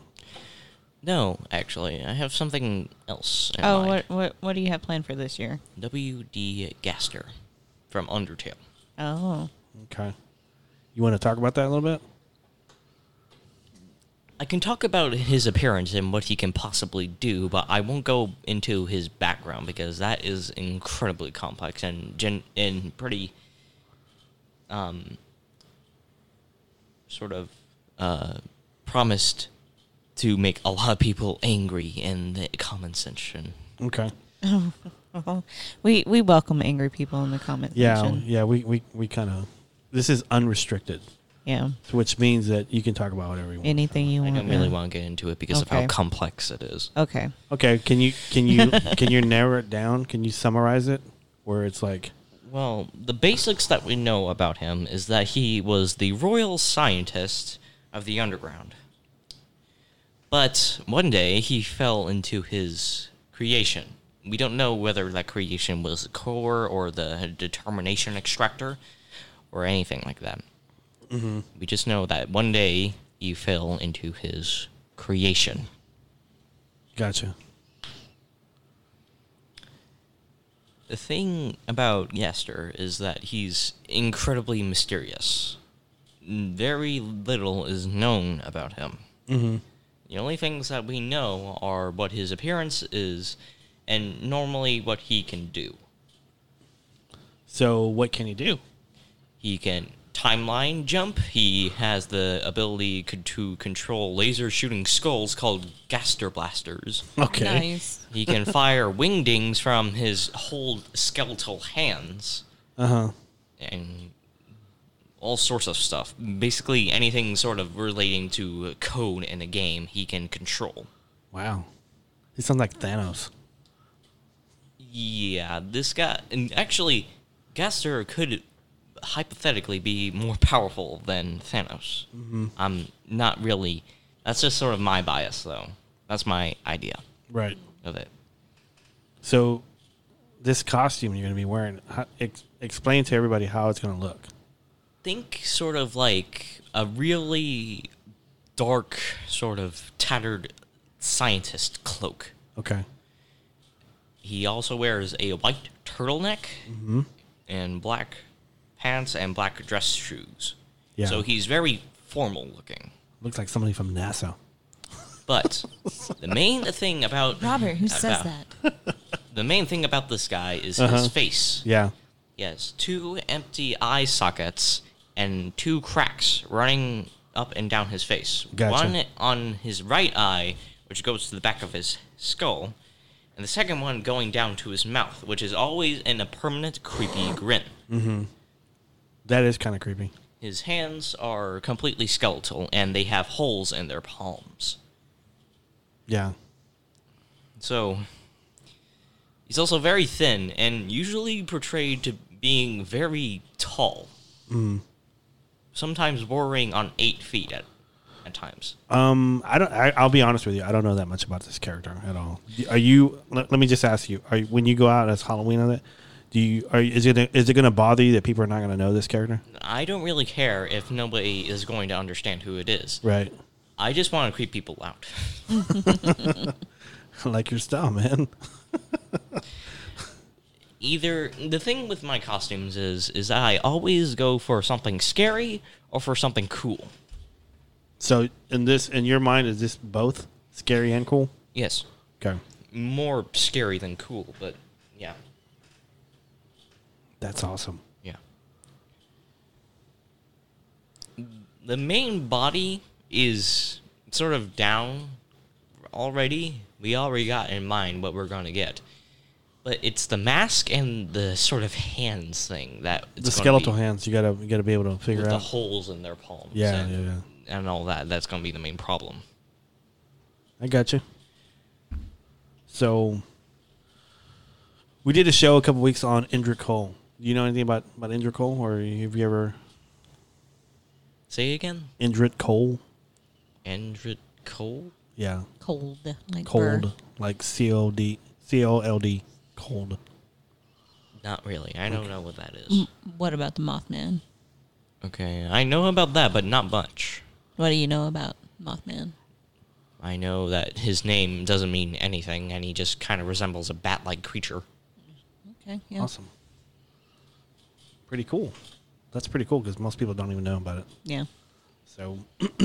S6: No, actually, I have something else. In
S5: oh,
S6: mind.
S5: what what what do you have planned for this year?
S6: W.D. Gaster from Undertale.
S5: Oh,
S4: Okay. You want to talk about that a little bit?
S6: I can talk about his appearance and what he can possibly do, but I won't go into his background because that is incredibly complex and gen- and pretty um, sort of uh, promised to make a lot of people angry in the comment section.
S4: Okay.
S5: Well, we we welcome angry people in the comment
S4: Yeah,
S5: section.
S4: yeah. We we we kind of. This is unrestricted,
S5: Yeah.
S4: which means that you can talk about whatever you want.
S5: Anything you
S6: I
S5: want.
S6: don't really want to get into it because of
S5: Okay.
S6: how complex it is.
S5: Okay.
S4: Okay. Can you can you can you narrow it down? Can you summarize it? Where it's like,
S6: Well, the basics that we know about him is that he was the royal scientist of the underground. But one day he fell into his creation. We don't know whether that creation was the core or the determination extractor or anything like that. We just know that one day he fell into his creation.
S4: gotcha.
S6: The thing about Yester is that he's incredibly mysterious. Very little is known about him. Mm-hmm. The only things that we know are what his appearance is and normally what he can do.
S4: So what can you do?
S6: He can timeline jump, he has the ability c- to control laser shooting skulls called Gaster Blasters.
S4: Okay.
S5: Nice.
S6: He can fire wingdings from his whole skeletal hands.
S4: Uh huh.
S6: and all sorts of stuff. Basically, anything sort of relating to code in a game, he can control.
S4: Wow. He sounds like Thanos.
S6: Yeah, this guy, and actually, Gaster could hypothetically be more powerful than Thanos. Mm-hmm. I'm not really. That's just sort of my bias, though. That's my idea
S4: Right.
S6: of it.
S4: So, this costume you're going to be wearing, how, ex- explain to everybody how it's going to look.
S6: think sort of like a really dark, sort of tattered scientist cloak.
S4: Okay.
S6: He also wears a white turtleneck and black pants and black dress shoes.
S4: Yeah.
S6: So he's very formal looking.
S4: Looks like somebody from NASA.
S6: But the main thing about
S5: Robert, who says
S6: about-
S5: that?
S6: The main thing about this guy is his face.
S4: Yeah.
S6: He has two empty eye sockets and two cracks running up and down his face.
S4: Gotcha.
S6: One on his right eye, which goes to the back of his skull, and the second one going down to his mouth, which is always in a permanent creepy grin.
S4: That is kind of creepy.
S6: His hands are completely skeletal and they have holes in their palms.
S4: Yeah.
S6: So he's also very thin and usually portrayed to being very tall. Sometimes bordering on eight feet at at times.
S4: Um, I don't. I, I'll be honest with you. I don't know that much about this character at all. Are you? Let, let me just ask you. Are you, when you go out as Halloween on it? Do you? Are you- is it? Is it going to bother you that people are not going to know this character?
S6: I don't really care if nobody is going to understand who it is.
S4: Right.
S6: I just want to creep people out.
S4: like your style, man.
S6: Either the thing with my costumes is is that I always go for something scary or for something cool.
S4: So in this, in your mind, is this both scary and cool?
S6: Yes.
S4: Okay.
S6: More scary than cool, but yeah.
S4: That's awesome.
S6: Yeah. The main body is sort of down already. We already got in mind what we're going to get. But it's the mask and the sort of hands thing that it's
S4: the
S6: gonna
S4: skeletal
S6: be
S4: hands you gotta you gotta be able to figure
S6: with the
S4: out
S6: holes in their palms.
S4: Yeah,
S6: and,
S4: yeah,
S6: and all that. That's going to be the main problem.
S4: i got you so we did a show a couple weeks on indra cole do you know anything about about indra cole or have you ever
S6: Say again.
S4: indra cole
S6: Andrit Cole.
S4: yeah
S5: Cold. Like
S4: cold
S5: burr.
S4: like c-o-d c-o-l-d cold
S6: Not really. I don't know what that is.
S5: What about the Mothman?
S6: Okay, I know about that, but not much.
S5: What do you know about Mothman?
S6: I know that his name doesn't mean anything, and he just kind of resembles a bat-like creature.
S5: Okay. Yeah.
S4: awesome pretty cool that's pretty cool because most people don't even know about it.
S5: Yeah.
S4: So,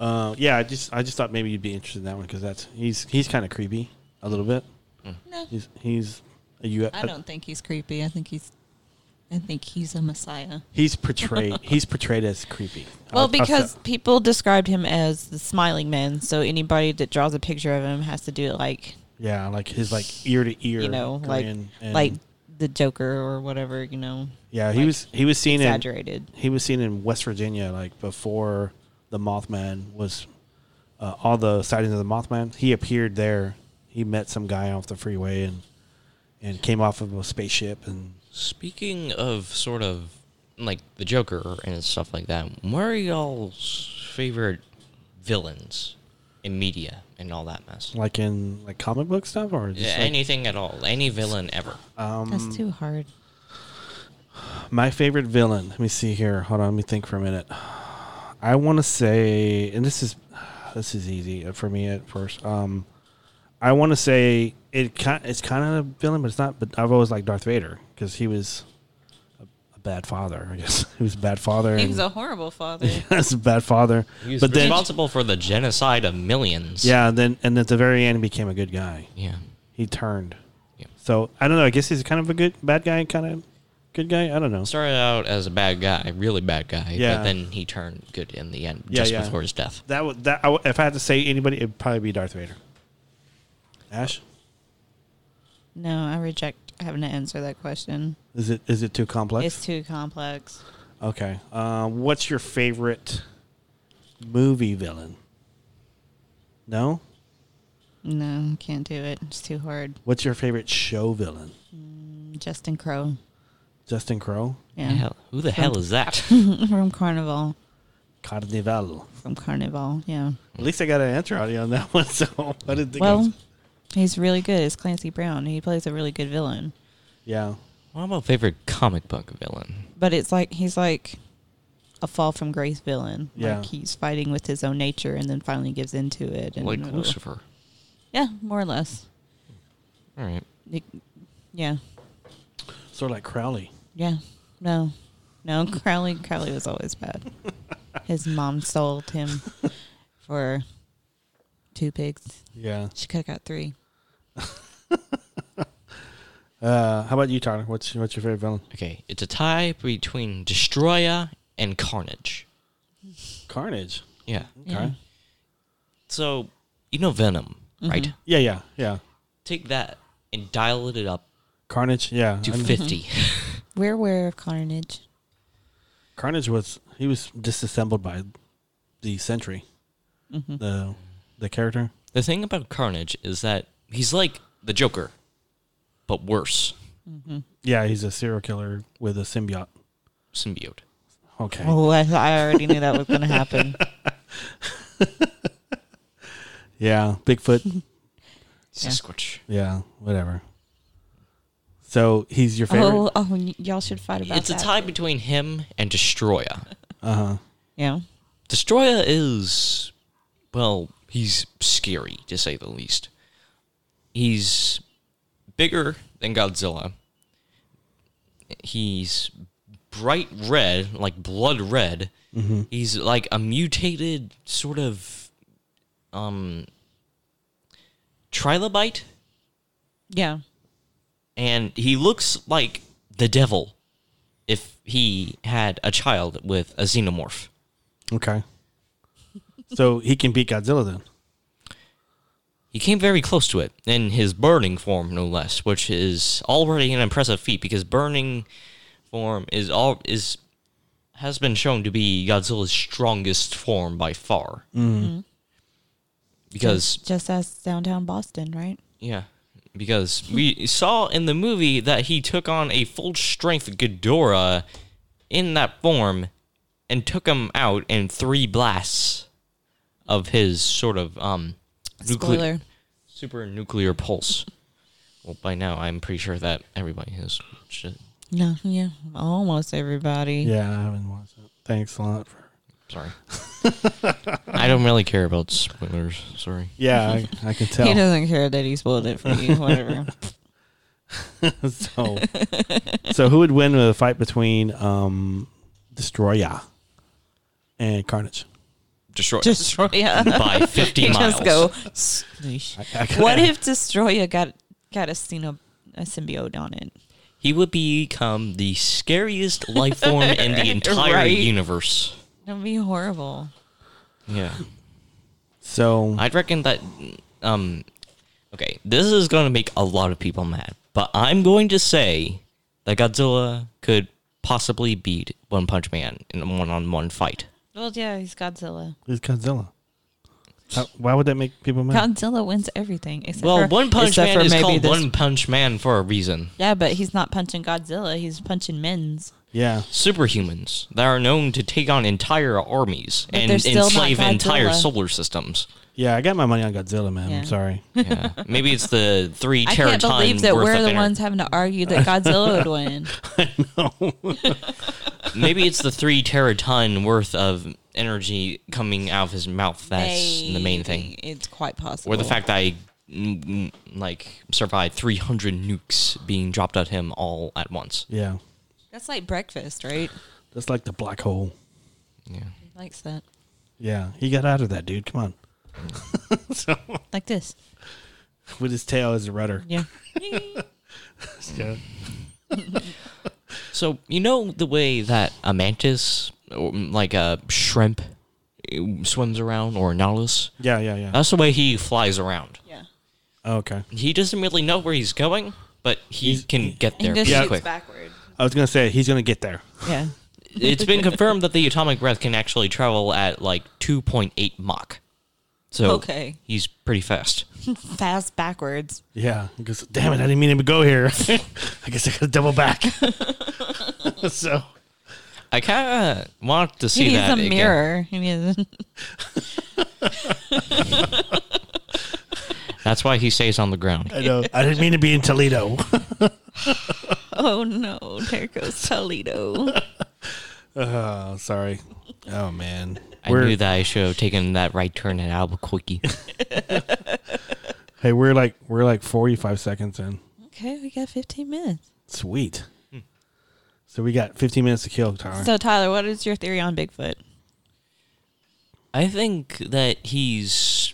S4: uh, yeah, I just I just thought maybe you'd be interested in that one because that's he's he's kind of creepy a little bit.
S5: No,
S4: He's he's a U- uh,
S5: I don't think he's creepy. I think he's, I think he's a messiah.
S4: He's portrayed he's portrayed as creepy.
S5: Well,
S4: I'll- I'll
S5: because
S4: say-
S5: people described him as the smiling man, so anybody that draws a picture of him has to do it like
S4: yeah, like his like ear to ear,
S5: you know, like
S4: grin and-
S5: like the Joker or whatever, you know,
S4: yeah, he
S5: like,
S4: was he was seen in
S5: exaggerated.
S4: he was seen in West Virginia like before the Mothman was uh, all the sightings of the Mothman. He appeared there. He met some guy off the freeway and and came off of a spaceship and
S6: Speaking of sort of like the Joker and stuff like that, what are y'all's favorite villains in media and all that mess?
S4: like in like comic book stuff or just
S6: Yeah,
S4: like,
S6: anything at all, any villain ever.
S5: That's too hard.
S4: my favorite villain. Let me see here. Hold on, let me think for a minute. I want to say, and this is this is easy for me at first. Um, I want to say it kind it's kind of a villain, but it's not. But I've always liked Darth Vader because he was a, a bad father. I guess he was a bad father.
S5: He
S4: and-
S5: was a horrible father.
S4: that's a bad father.
S6: He was
S4: But then,
S6: responsible for the genocide of millions.
S4: yeah, then and at the very end, he became a good guy.
S6: Yeah.
S4: He turned.
S6: Yeah.
S4: So I don't know. I guess he's kind of a good bad guy, kind of good guy. I don't know.
S6: Started out as a bad guy, really bad guy,
S4: Yeah.
S6: but then he turned good in the end,
S4: Yeah,
S6: just
S4: yeah.
S6: before his death.
S4: That would that I would- if I had to say anybody, it'd probably be Darth Vader. Ash,
S5: no, I reject having to answer that question.
S4: is it is it too complex?
S5: It's too complex.
S4: okay. Uh, what's your favorite movie villain? No.
S5: No, can't do it. It's too hard.
S4: What's your favorite show villain?
S5: Justin Crow.
S4: Justin Crow,
S5: Yeah.
S6: Hell, who the hell is that?
S5: from Carnival.
S4: Carnival.
S5: From Carnival. Yeah.
S4: At least I got an answer out of you on that one, so I didn't think. it was-
S5: Well, he's really good. It's Clancy Brown. He plays a really good villain.
S4: yeah,
S6: what about favorite comic book villain?
S5: But it's like he's like a fall from grace villain.
S4: Yeah.
S5: Like he's fighting with his own nature and then finally gives into it. And
S6: Like Lucifer.
S5: Yeah, more or less.
S6: All right.
S5: It- yeah.
S4: sort of like Crowley.
S5: Yeah. No. No, Crowley Crowley was always bad. His mom sold him for two pigs.
S4: Yeah.
S5: She could have got three.
S4: Uh, how about you, Tyler? What's what's your favorite villain?
S6: Okay, it's a tie between Destroyer and Carnage.
S4: Carnage.
S6: Yeah.
S5: Yeah.
S4: Okay.
S6: So, you know Venom,
S5: Mm-hmm.
S6: right?
S4: Yeah, yeah, yeah.
S6: Take that and dial it up
S4: Carnage. Yeah.
S6: to
S4: I
S5: Mm-hmm.
S4: know.
S6: 50.
S5: We're aware of carnage.
S4: Carnage was he was disassembled by the Sentry,
S5: Mm-hmm.
S4: the the character.
S6: the thing about Carnage is that he's like the Joker, but worse
S4: Yeah, he's a serial killer with a symbiote.
S6: symbiote.
S4: Okay,
S5: Oh, I, I already knew that was going to happen.
S4: yeah, Bigfoot.
S6: Sasquatch.
S4: yeah, whatever. So he's your favorite.
S5: oh, oh, y- y'all should fight about
S6: It's a
S5: that.
S6: tie between him and Destroyer.
S5: Yeah.
S6: Destroyer is, well, he's scary to say the least. He's bigger than Godzilla. He's bright red, like blood red. He's like a mutated sort of um trilobite
S5: Yeah.
S6: and he looks like the devil if he had a child with a xenomorph.
S4: Okay. so he can beat Godzilla then.
S6: He came very close to it in his burning form, no less, which is already an impressive feat because burning form is all is has been shown to be Godzilla's strongest form by far. Mm-hmm. Because
S5: Just ask downtown Boston, right?
S6: yeah, because we saw in the movie that he took on a full strength Ghidorah in that form and took him out in three blasts of his sort of um nuclear
S5: Spoiler.
S6: super nuclear pulse. well, by now I'm pretty sure that everybody has shit.
S5: No, yeah. Almost everybody.
S4: Yeah, I haven't watched it. Thanks a lot for.
S6: Sorry. I don't really care about spoilers. Sorry.
S4: Yeah, I, I can tell.
S5: He doesn't care that he spoiled it for you, whatever.
S4: so, so who would win a fight between um, Destroya and Carnage?
S6: Destroy
S5: Destroy
S6: by 50 miles.
S5: Just go. "Sneesh." What if Destroya got got a, Ceno, a symbiote on it?
S6: He would become the scariest life form in the entire
S5: Right.
S6: universe.
S5: That'd be horrible.
S6: Yeah.
S4: So
S6: I'd reckon that. Um, okay, this is going to make a lot of people mad, but I'm going to say that Godzilla could possibly beat One Punch Man in a one-on-one fight.
S5: Well, yeah, he's Godzilla.
S4: it's Godzilla. How, why would that make people mad?
S5: Godzilla wins everything. Except
S6: Well,
S5: for,
S6: One Punch
S5: except
S6: Man
S5: for
S6: is
S5: maybe
S6: called
S5: this-
S6: One Punch Man for a reason.
S5: Yeah, but he's not punching Godzilla. He's punching men's.
S4: yeah,
S6: Superhumans that are known to take on entire armies
S5: But
S6: and
S5: they're still not
S6: enslave entire
S5: Godzilla.
S6: solar systems.
S4: yeah. I got my money on Godzilla, man.
S5: Yeah.
S4: I'm sorry.
S6: Yeah. Maybe it's the three
S5: I can't
S6: teraton
S5: believe that
S6: worth
S5: we're
S6: of
S5: the
S6: inter-
S5: ones having to argue that Godzilla would win.
S6: Maybe it's the three teraton worth of energy coming out of his mouth. That's the main thing.
S5: Maybe. It's quite possible.
S6: Or the fact that I mm, mm, like survived 300 nukes being dropped at him all at once.
S4: Yeah,
S5: that's like breakfast, right?
S4: that's like the black hole.
S5: He likes that.
S4: Yeah, he got out of that, dude. Come on,
S5: Like this.
S4: with his tail as a rudder.
S5: Yeah.
S4: Yeah.
S6: So you know the way that a mantis, or mm, like a shrimp, eh, swims around, or a nautilus.
S4: Yeah, yeah, yeah.
S6: That's the way he flies around.
S5: yeah.
S4: Okay.
S6: He doesn't really know where he's going, but he can get
S5: He
S6: there
S5: just
S6: pretty
S5: shoots
S6: quick.
S5: backward.
S4: I was gonna say he's gonna get there.
S5: Yeah.
S6: it's been confirmed that the atomic breath can actually travel at like 2.8 Mach. So
S5: Okay.
S6: he's pretty fast.
S5: Fast backwards.
S4: Yeah, he goes, damn it, I didn't mean him to go here. I guess I gotta double back. so
S6: I kind of want to see
S5: he needs
S6: that
S5: a
S6: again.
S5: mirror. He needs
S6: That's why he stays on the ground.
S4: I know I didn't mean to be in Toledo.
S5: Oh no, there goes Toledo.
S4: oh, sorry. Oh man,
S6: I knew that I should have taken that right turn at Albuquerque.
S4: Hey, we're like we're like forty-five seconds in.
S5: okay, we got 15 minutes.
S4: Sweet.
S6: Hmm.
S4: So we got fifteen minutes to kill, Tyler.
S5: So Tyler, what is your theory on Bigfoot?
S6: I think that he's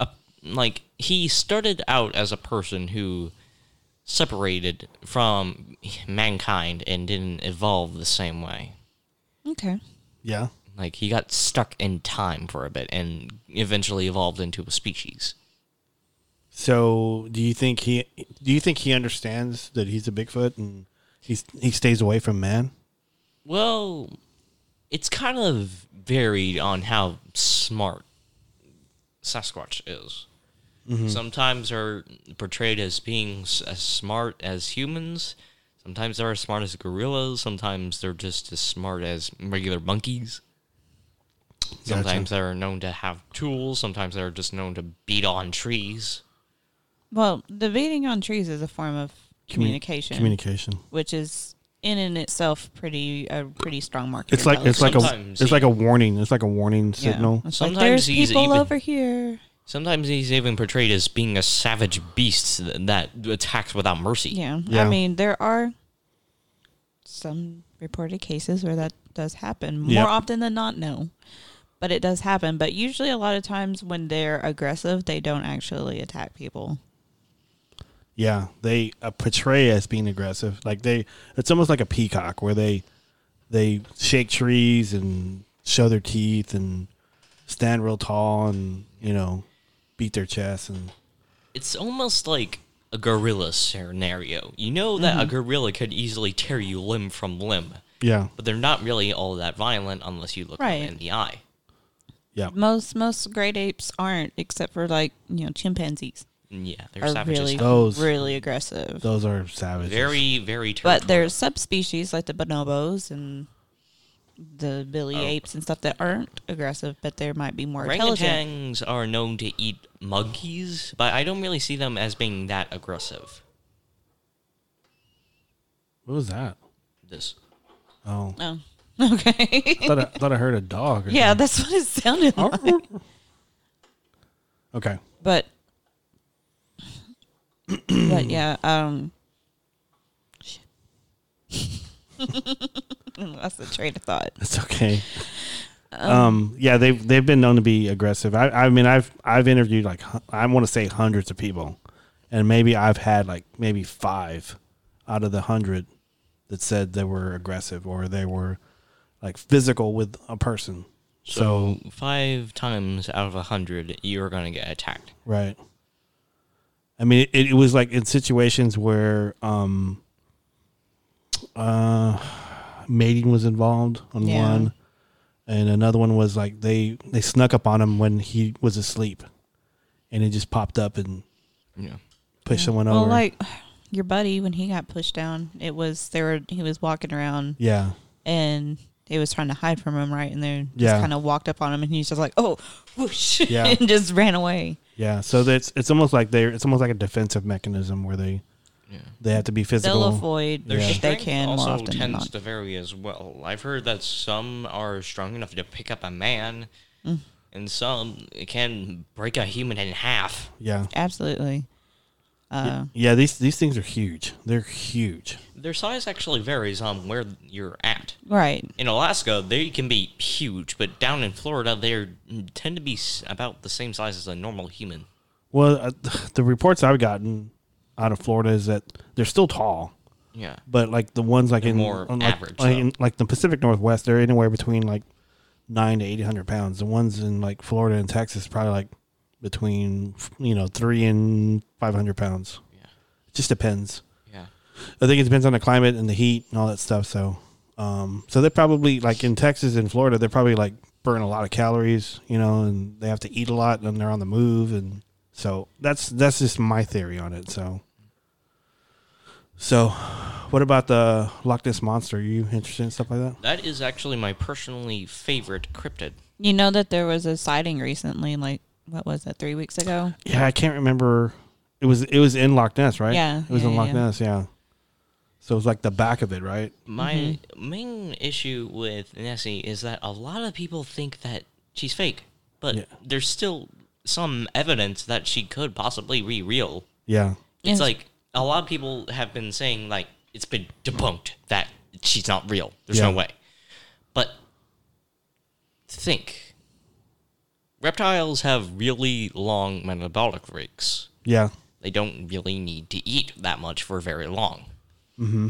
S6: a, like he started out as a person who separated from mankind and didn't evolve the same way.
S5: Okay.
S4: yeah.
S6: Like he got stuck in time for a bit and eventually evolved into a species.
S4: So do you think he do you think he understands that he's a Bigfoot and he's he stays away from man?
S6: Well, it's kind of varied on how smart Sasquatch is. Sometimes are portrayed as being s- as smart as humans. Sometimes they're as smart as gorillas. Sometimes they're just as smart as regular monkeys. Sometimes they're known to have tools. Sometimes they're just known to beat on trees.
S5: Well, the beating on trees is a form of communication,
S4: Communication.
S5: which is in and itself pretty a pretty strong market.
S4: It's like it's like a
S6: Sometimes
S4: it's
S6: he-
S4: like a warning. It's like a warning signal.
S5: Sometimes
S6: Sometimes
S5: there's
S6: he's
S5: people
S6: even-
S5: over here.
S6: Sometimes he's even portrayed as being a savage beast that attacks without mercy.
S5: Yeah.
S4: Yeah.
S5: I mean, there are some reported cases where that does happen. More
S4: Yep.
S5: often than not, no. But it does happen. But usually, a lot of times when they're aggressive, they don't actually attack people.
S4: Yeah, they uh, portray as being aggressive. Like they, it's almost like a peacock where they they shake trees and show their teeth and stand real tall and you know beat their chest and
S6: It's almost like a gorilla scenario. You know that
S5: Mm-hmm.
S6: a gorilla could easily tear you limb from limb,
S4: yeah,
S6: but they're not really all that violent unless you look
S5: Right.
S6: them in the eye.
S4: yeah,
S5: Most most great apes aren't, except for like you know chimpanzees
S6: Mm, Yeah, they're
S5: are
S6: savages.
S5: really
S4: Those-
S5: really aggressive.
S4: those are savage.
S6: Very, very terrible.
S5: But there's subspecies like the bonobos and the billy apes and stuff that aren't aggressive, but they might be more intelligent.
S6: orangutans are known to eat monkeys, but I don't really see them as being that aggressive.
S4: What was that?
S6: This.
S4: Oh,
S5: Oh, okay.
S4: I thought I, thought I heard a dog. or
S5: Yeah, that's what it sounded
S4: Oh.
S5: like.
S4: something. Okay.
S5: But but yeah, um, shit. That's the train of thought.
S4: It's okay. Um, yeah, they've they've been known to be aggressive. I, I mean, I've I've interviewed like hu- I want to say hundreds of people, and maybe I've had like maybe five out of the hundred that said they were aggressive or they were like physical with a person.
S6: So, five times out of a hundred, you're gonna get attacked.
S4: Right. I mean, it, it was like in situations where um, uh, mating was involved on
S5: Yeah.
S4: one, and another one was like they they snuck up on him when he was asleep, and it just popped up and
S6: Yeah.
S4: pushed someone
S5: Well,
S4: over.
S5: like your buddy when he got pushed down, it was they were he was walking around
S4: yeah,
S5: and they was trying to hide from him, right? And they just
S4: Yeah.
S5: kind of walked up on him, and he's just like, "Oh, whoosh!"
S4: Yeah.
S5: and just ran away.
S4: yeah. So that's it's almost like they are it's almost like a defensive mechanism where they
S6: Yeah.
S4: they have to be physical.
S5: They'll avoid
S4: Their
S5: if they
S6: strength
S5: can more
S6: also
S5: often than
S6: tends
S5: not.
S6: to vary as well. I've heard that some are strong enough to pick up a man, and some can break a human in half.
S4: Yeah,
S5: Absolutely. Uh,
S4: yeah. These these things are huge. They're huge.
S6: Their size actually varies on where you're at.
S5: Right.
S6: In Alaska, they can be huge, but down in Florida, they mm, tend to be s- about the same size as a normal human.
S4: Well, uh, the reports I've gotten out of Florida is that they're still tall,
S6: Yeah.
S4: but like the ones like in
S6: more
S4: on, like,
S6: average,
S4: like,
S6: though.
S4: in, like the Pacific Northwest, they're anywhere between like nine to eight hundred pounds. The ones in like Florida and Texas probably like between you know three and five hundred pounds.
S6: Yeah.
S4: It just depends.
S6: Yeah.
S4: I think it depends on the climate and the heat and all that stuff. So, um, so they're probably like in Texas and Florida, they're probably like burn a lot of calories, you know, and they have to eat a lot and they're on the move, and so that's that's just my theory on it. So, so what about the Loch Ness monster? Are you interested in stuff like that?
S6: That is actually my personally favorite cryptid.
S5: You know that there was a sighting recently, like what was that, three weeks ago?
S4: Yeah, I can't remember. It was it was in Loch Ness, right?
S5: Yeah,
S4: it was
S5: yeah,
S4: in
S5: yeah,
S4: Loch
S5: yeah.
S4: Ness. Yeah. So it was like the back of it, right?
S6: My
S4: Mm-hmm.
S6: main issue with Nessie is that a lot of people think that she's fake, but
S4: Yeah.
S6: there's still some evidence that she could possibly be real.
S4: Yeah.
S5: Yes.
S6: It's like a lot of people have been saying like it's been debunked that she's not real. There's no
S4: Yeah.
S6: way. But think reptiles have really long metabolic rates.
S4: Yeah.
S6: They don't really need to eat that much for very long. Mm-hmm.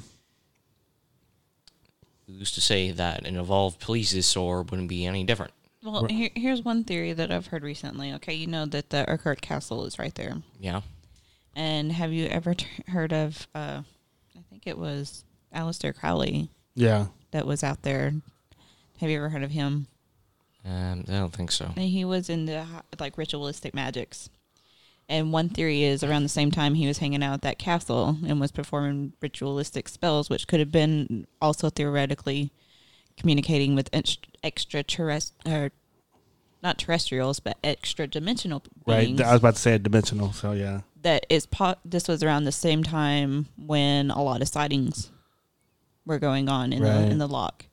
S6: Who's to say that an evolved plesiosaur wouldn't be any different?
S5: Well, here, here's one theory that I've heard recently. Okay, you know that the Urquhart Castle is right there.
S6: Yeah.
S5: And have you ever t- heard of, uh, I think it was Aleister Crowley
S4: Yeah.
S5: that was out there. Have you ever heard of him?
S6: Um, I don't think so.
S5: And he was in the ho- like ritualistic magics. And one theory is around the same time he was hanging out at that castle and was performing ritualistic spells, which could have been also theoretically communicating with ex- extraterrestrial, or not terrestrials, but extra dimensional
S4: Right.
S5: beings.
S4: I was about to say a dimensional. So yeah.
S5: that it's po- this was around the same time when a lot of sightings were going on in
S4: Right.
S5: the in the lock.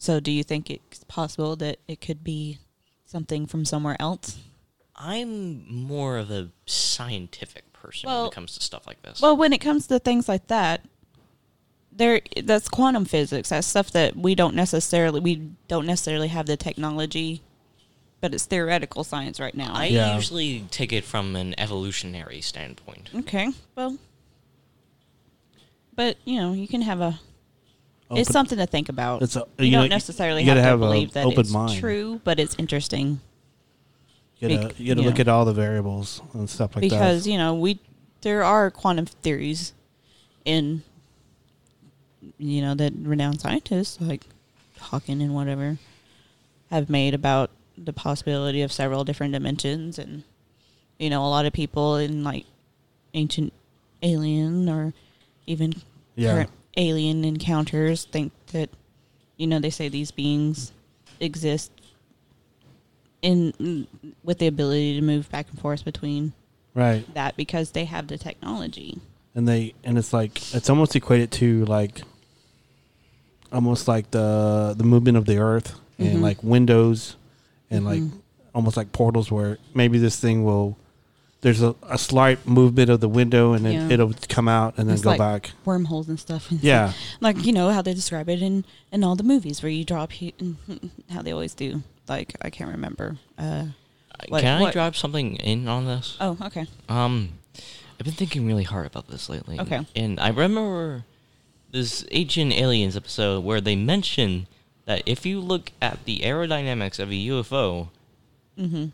S5: So, do you think it's possible that it could be something from somewhere else?
S6: I'm more of a scientific person when
S5: Well-
S6: it comes to stuff like this.
S5: Well, when it comes to things like that, there that's quantum physics. That's stuff that we don't necessarily we don't necessarily have the technology, but it's theoretical science right now.
S6: I
S4: Yeah.
S6: usually take it from an evolutionary standpoint.
S5: okay, well, but you know, you can have a. it's
S4: Open-
S5: something to think about.
S4: It's a-
S5: you,
S4: you know,
S5: don't
S4: you-
S5: necessarily
S4: you
S5: have
S4: gotta
S5: to
S4: have a
S5: believe that
S4: open
S5: it's
S4: mind.
S5: true, but it's interesting
S4: You gotta,
S5: Bec-
S4: you gotta
S5: yeah.
S4: look at all the variables and stuff like
S5: because
S4: that.
S5: you know we there are quantum theories in you know that renowned scientists like Hawking and whatever have made about the possibility of several different dimensions and you know a lot of people in like ancient alien or even
S4: Yeah.
S5: current alien encounters think that you know they say these beings exist in with the ability to move back and forth between
S4: Right.
S5: that because they have the technology.
S4: And they and it's like it's almost equated to like almost like the the movement of the earth
S5: Mm-hmm.
S4: and like windows and like almost like portals where maybe this thing will there's a, a slight movement of the window and
S5: Yeah.
S4: it, it'll come out and then
S5: It's
S4: go
S5: like
S4: back.
S5: wormholes and stuff.
S4: Yeah.
S5: like you know how they describe it in in all the movies where you drop he- how they always do. Like I can't remember. Uh, Like
S6: Can I
S5: what?
S6: drop something in on this?
S5: oh, okay.
S6: Um, I've been thinking really hard about this lately.
S5: Okay.
S6: And I remember this Ancient Aliens episode where they mention that if you look at the aerodynamics of a UFO,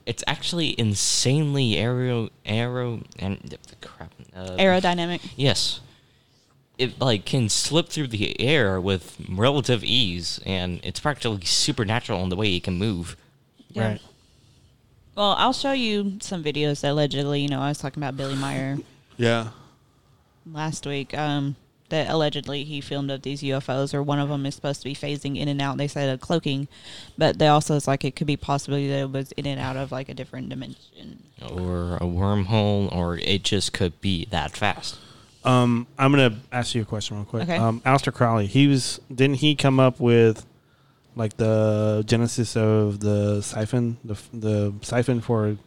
S6: it's actually insanely aero aero and the crap uh,
S5: Aerodynamic.
S6: Yes. It like can slip through the air with relative ease, and it's practically supernatural in the way it can move.
S5: Yeah.
S4: Right.
S5: Well, I'll show you some videos that allegedly. You know, I was talking about Billy Meyer
S4: Yeah.
S5: last week. Um, that allegedly he filmed of these UFOs, or one of them is supposed to be phasing in and out. They said a cloaking, but they also it's like it could be possibly that it was in and out of like a different dimension.
S6: or a wormhole, or it just could be that fast.
S4: Um, I'm gonna ask you a question real quick.
S5: Okay.
S4: Um, Aleister Crowley, he was didn't he come up with like the genesis of the siphon, the f- the siphon for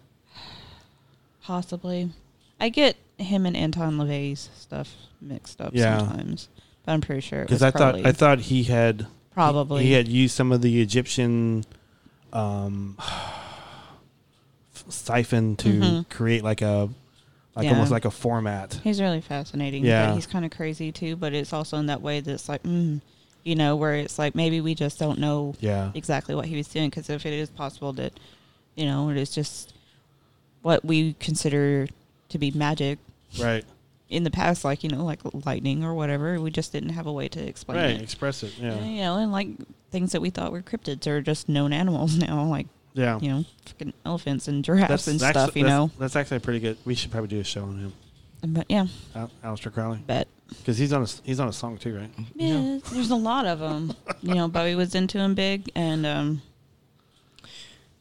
S5: Possibly. I get him and Anton LaVey's stuff mixed up
S4: Yeah.
S5: sometimes. But I'm pretty sure it
S4: because
S5: was
S4: I
S5: probably,
S4: thought I thought he had
S5: probably
S4: he had used some of the Egyptian um, siphon to
S5: Mhm.
S4: create like a like
S5: Yeah.
S4: almost like a format.
S5: He's really fascinating.
S4: Yeah.
S5: But he's kind of crazy too, but it's also in that way that's like mm, you know, where it's like maybe we just don't know
S4: Yeah.
S5: exactly what he was doing because if it is possible that you know, it is just what we consider to be magic
S4: Right.
S5: in the past like, you know, like lightning or whatever, we just didn't have a way to explain
S4: Right.
S5: it.
S4: Express it.
S5: Yeah,
S4: Yeah.
S5: you know, and like things that we thought were cryptids are just known animals now, like
S4: Yeah.
S5: you know, fucking elephants and giraffes and
S4: actu-
S5: stuff,
S4: Oh.
S5: you
S4: that's-
S5: know.
S4: That's actually pretty good. We should probably do a show on him,
S5: But yeah,
S4: Al- Aleister Crowley,
S5: but
S4: because he's on a s- he's on a song too, right?
S5: yeah, there's a lot of them. you know, Bowie was into him big, and um,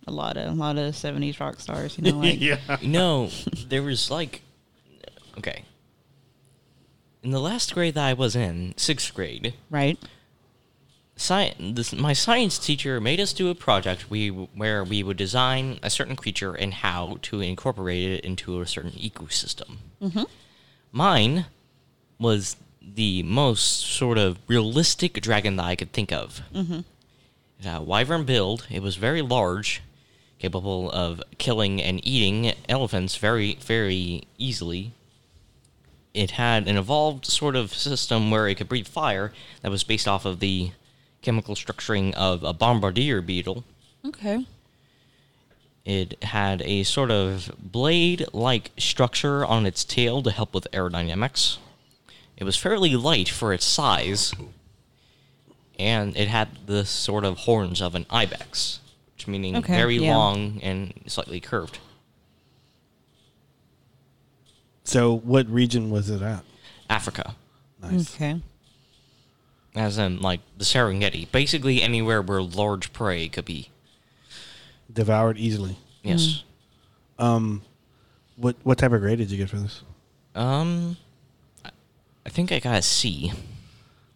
S5: a lot of a lot of '70s rock stars. You know, like
S4: yeah.
S6: No, there was like, okay. In the last grade that I was in, sixth grade,
S5: right?
S6: sci- this, my science teacher made us do a project we where we would design a certain creature and how to incorporate it into a certain ecosystem. Mine was the most sort of realistic dragon that I could think of. It's a wyvern build. It was very large, capable of killing and eating elephants very, very easily it had an evolved sort of system where it could breathe fire that was based off of the chemical structuring of a bombardier beetle.
S5: Okay,
S6: It had a sort of blade like structure on its tail to help with aerodynamics. It was fairly light for its size, and it had the sort of horns of an ibex, which meaning
S5: Okay,
S6: very
S5: yeah.
S6: long and slightly curved.
S4: So, what region was it at?
S6: Africa,
S4: Nice.
S5: okay,
S6: as in like the Serengeti, basically anywhere where large prey could be.
S4: Devoured easily.
S5: Hmm.
S6: Yes.
S4: What what type of grade did you get for this?
S6: Um, I- I think I got a C.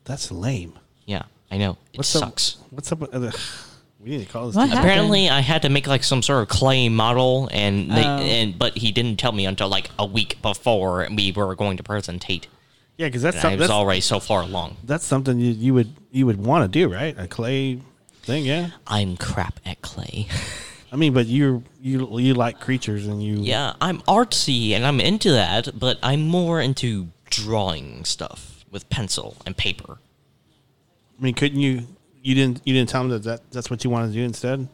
S4: That's lame.
S6: Yeah, I know it sucks.
S4: Up, what's up? With, other we need to call this.
S5: What
S4: dude.
S5: happened?
S6: Apparently, I had to make like some sort of clay model, and they,
S5: Oh.
S6: and but he didn't tell me until like a week before we were going to presentate.
S4: Yeah, because that's
S6: And
S4: some-
S6: I was
S4: that's,
S6: already so far along.
S4: that's something you, you would you would want to do, right? A clay thing, yeah.
S6: I'm crap at clay.
S4: I mean, but you you you like creatures and you
S6: yeah, I'm artsy and I'm into that, but I'm more into drawing stuff with pencil and paper.
S4: I mean, couldn't you? You didn't you didn't tell them that, that that's what you wanted to do instead.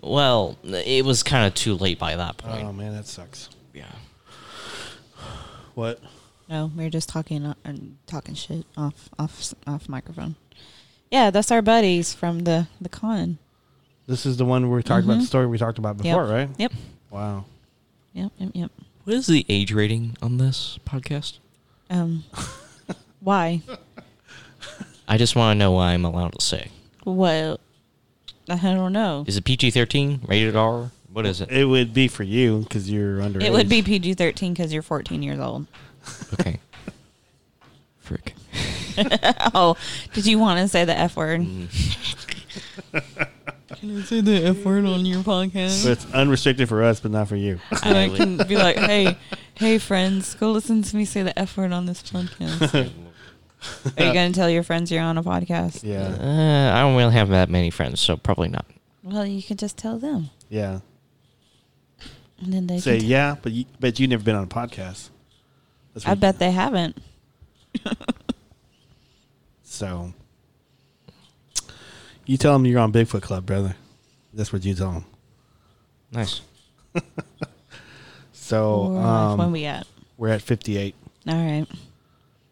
S6: Well, it was kind of too late by that point.
S4: Oh man, that sucks.
S6: yeah.
S4: What?
S5: no, we were just talking uh, and talking shit off off off microphone. Yeah, that's our buddies from the the con.
S4: This is the one we talked about the story we talked about
S5: Mm-hmm. Yep.
S4: before, right?
S5: Yep.
S4: Wow.
S5: Yep. Yep. Yep.
S6: What is the age rating on this podcast?
S5: Um, why?
S6: I just want to know what I'm allowed to say.
S5: Well, I don't know.
S6: Is it PG 13? Rated R? What is it?
S4: It would be for you because you're under.
S5: It would be PG 13 because you're 14 years old.
S6: Okay. Frick.
S4: Mm.
S5: Oh, did you want to say the F word? Can I say the F word on your podcast?
S4: But it's unrestricted for us, but not for you.
S5: And I can be like, hey, hey, friends, go listen to me say the F word on this podcast. Are you going to tell your friends you're on a podcast?
S4: Yeah.
S6: Uh, I don't really have that many friends, so probably not.
S5: Well, you can just tell them.
S4: Yeah.
S5: And then they
S4: Say
S5: can
S4: yeah, but you, but you've never been on a podcast. That's
S5: I
S4: what-
S5: bet they haven't.
S4: So you tell them you're on Bigfoot Club, brother. That's what you tell them.
S6: Nice.
S4: So
S5: Or, like,
S4: um,
S5: when we at?
S4: we're at 58.
S5: All right.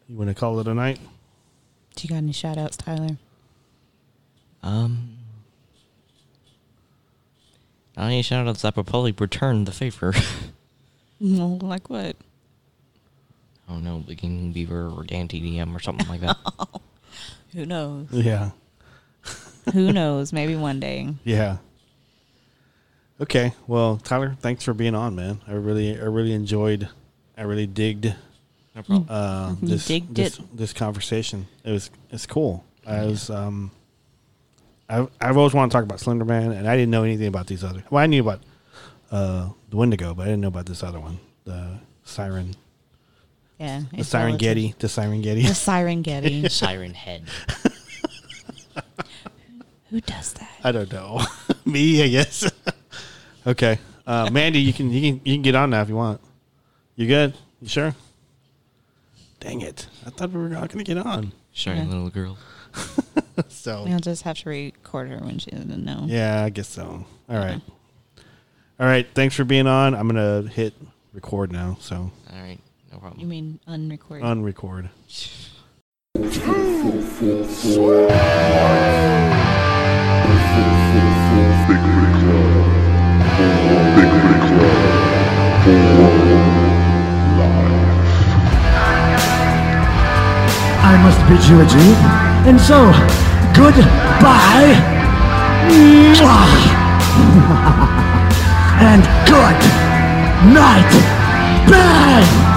S4: You want to call it a night?
S5: Do you got any shout outs, Tyler?
S6: Um, not any shout outs that would probably return the favor.
S5: No, like what?
S6: I don't know, Bleaking Beaver or Dan TDM or something like that.
S5: Who knows?
S4: Yeah.
S5: Who knows? Maybe one day.
S4: Yeah. Okay. Well, Tyler, thanks for being on, man. I really, I really enjoyed. I really digged
S6: no problem.
S4: uh, this
S5: digged
S4: this, this conversation. It was it's cool. I was um, I I've always wanted to talk about Slender Man, and I didn't know anything about these other. Well, I knew about uh the Wendigo, but I didn't know about this other one, the Siren,
S5: Yeah.
S4: the Siren Getty, the Siren Getty.
S5: The Siren Getty.
S6: Siren Head.
S5: Who does that?
S4: I don't know. Me, I guess. okay, uh, Mandy, you can you can you can get on now if you want. You good? You sure? Dang it! I thought we were not going to get on.
S6: Sorry,
S5: Yeah.
S6: little girl.
S4: So
S5: You'll just have to record her when she doesn't know.
S4: yeah, I guess so. All right, all right. Thanks for being on. I'm gonna hit record now. So
S6: All right, no problem.
S5: You mean unrecorded?
S4: unrecord.
S1: Big Rig Club. Big Rig Club. For life.
S7: I must bid you adieu. And so, goodbye. Mwah. and good night. Bye.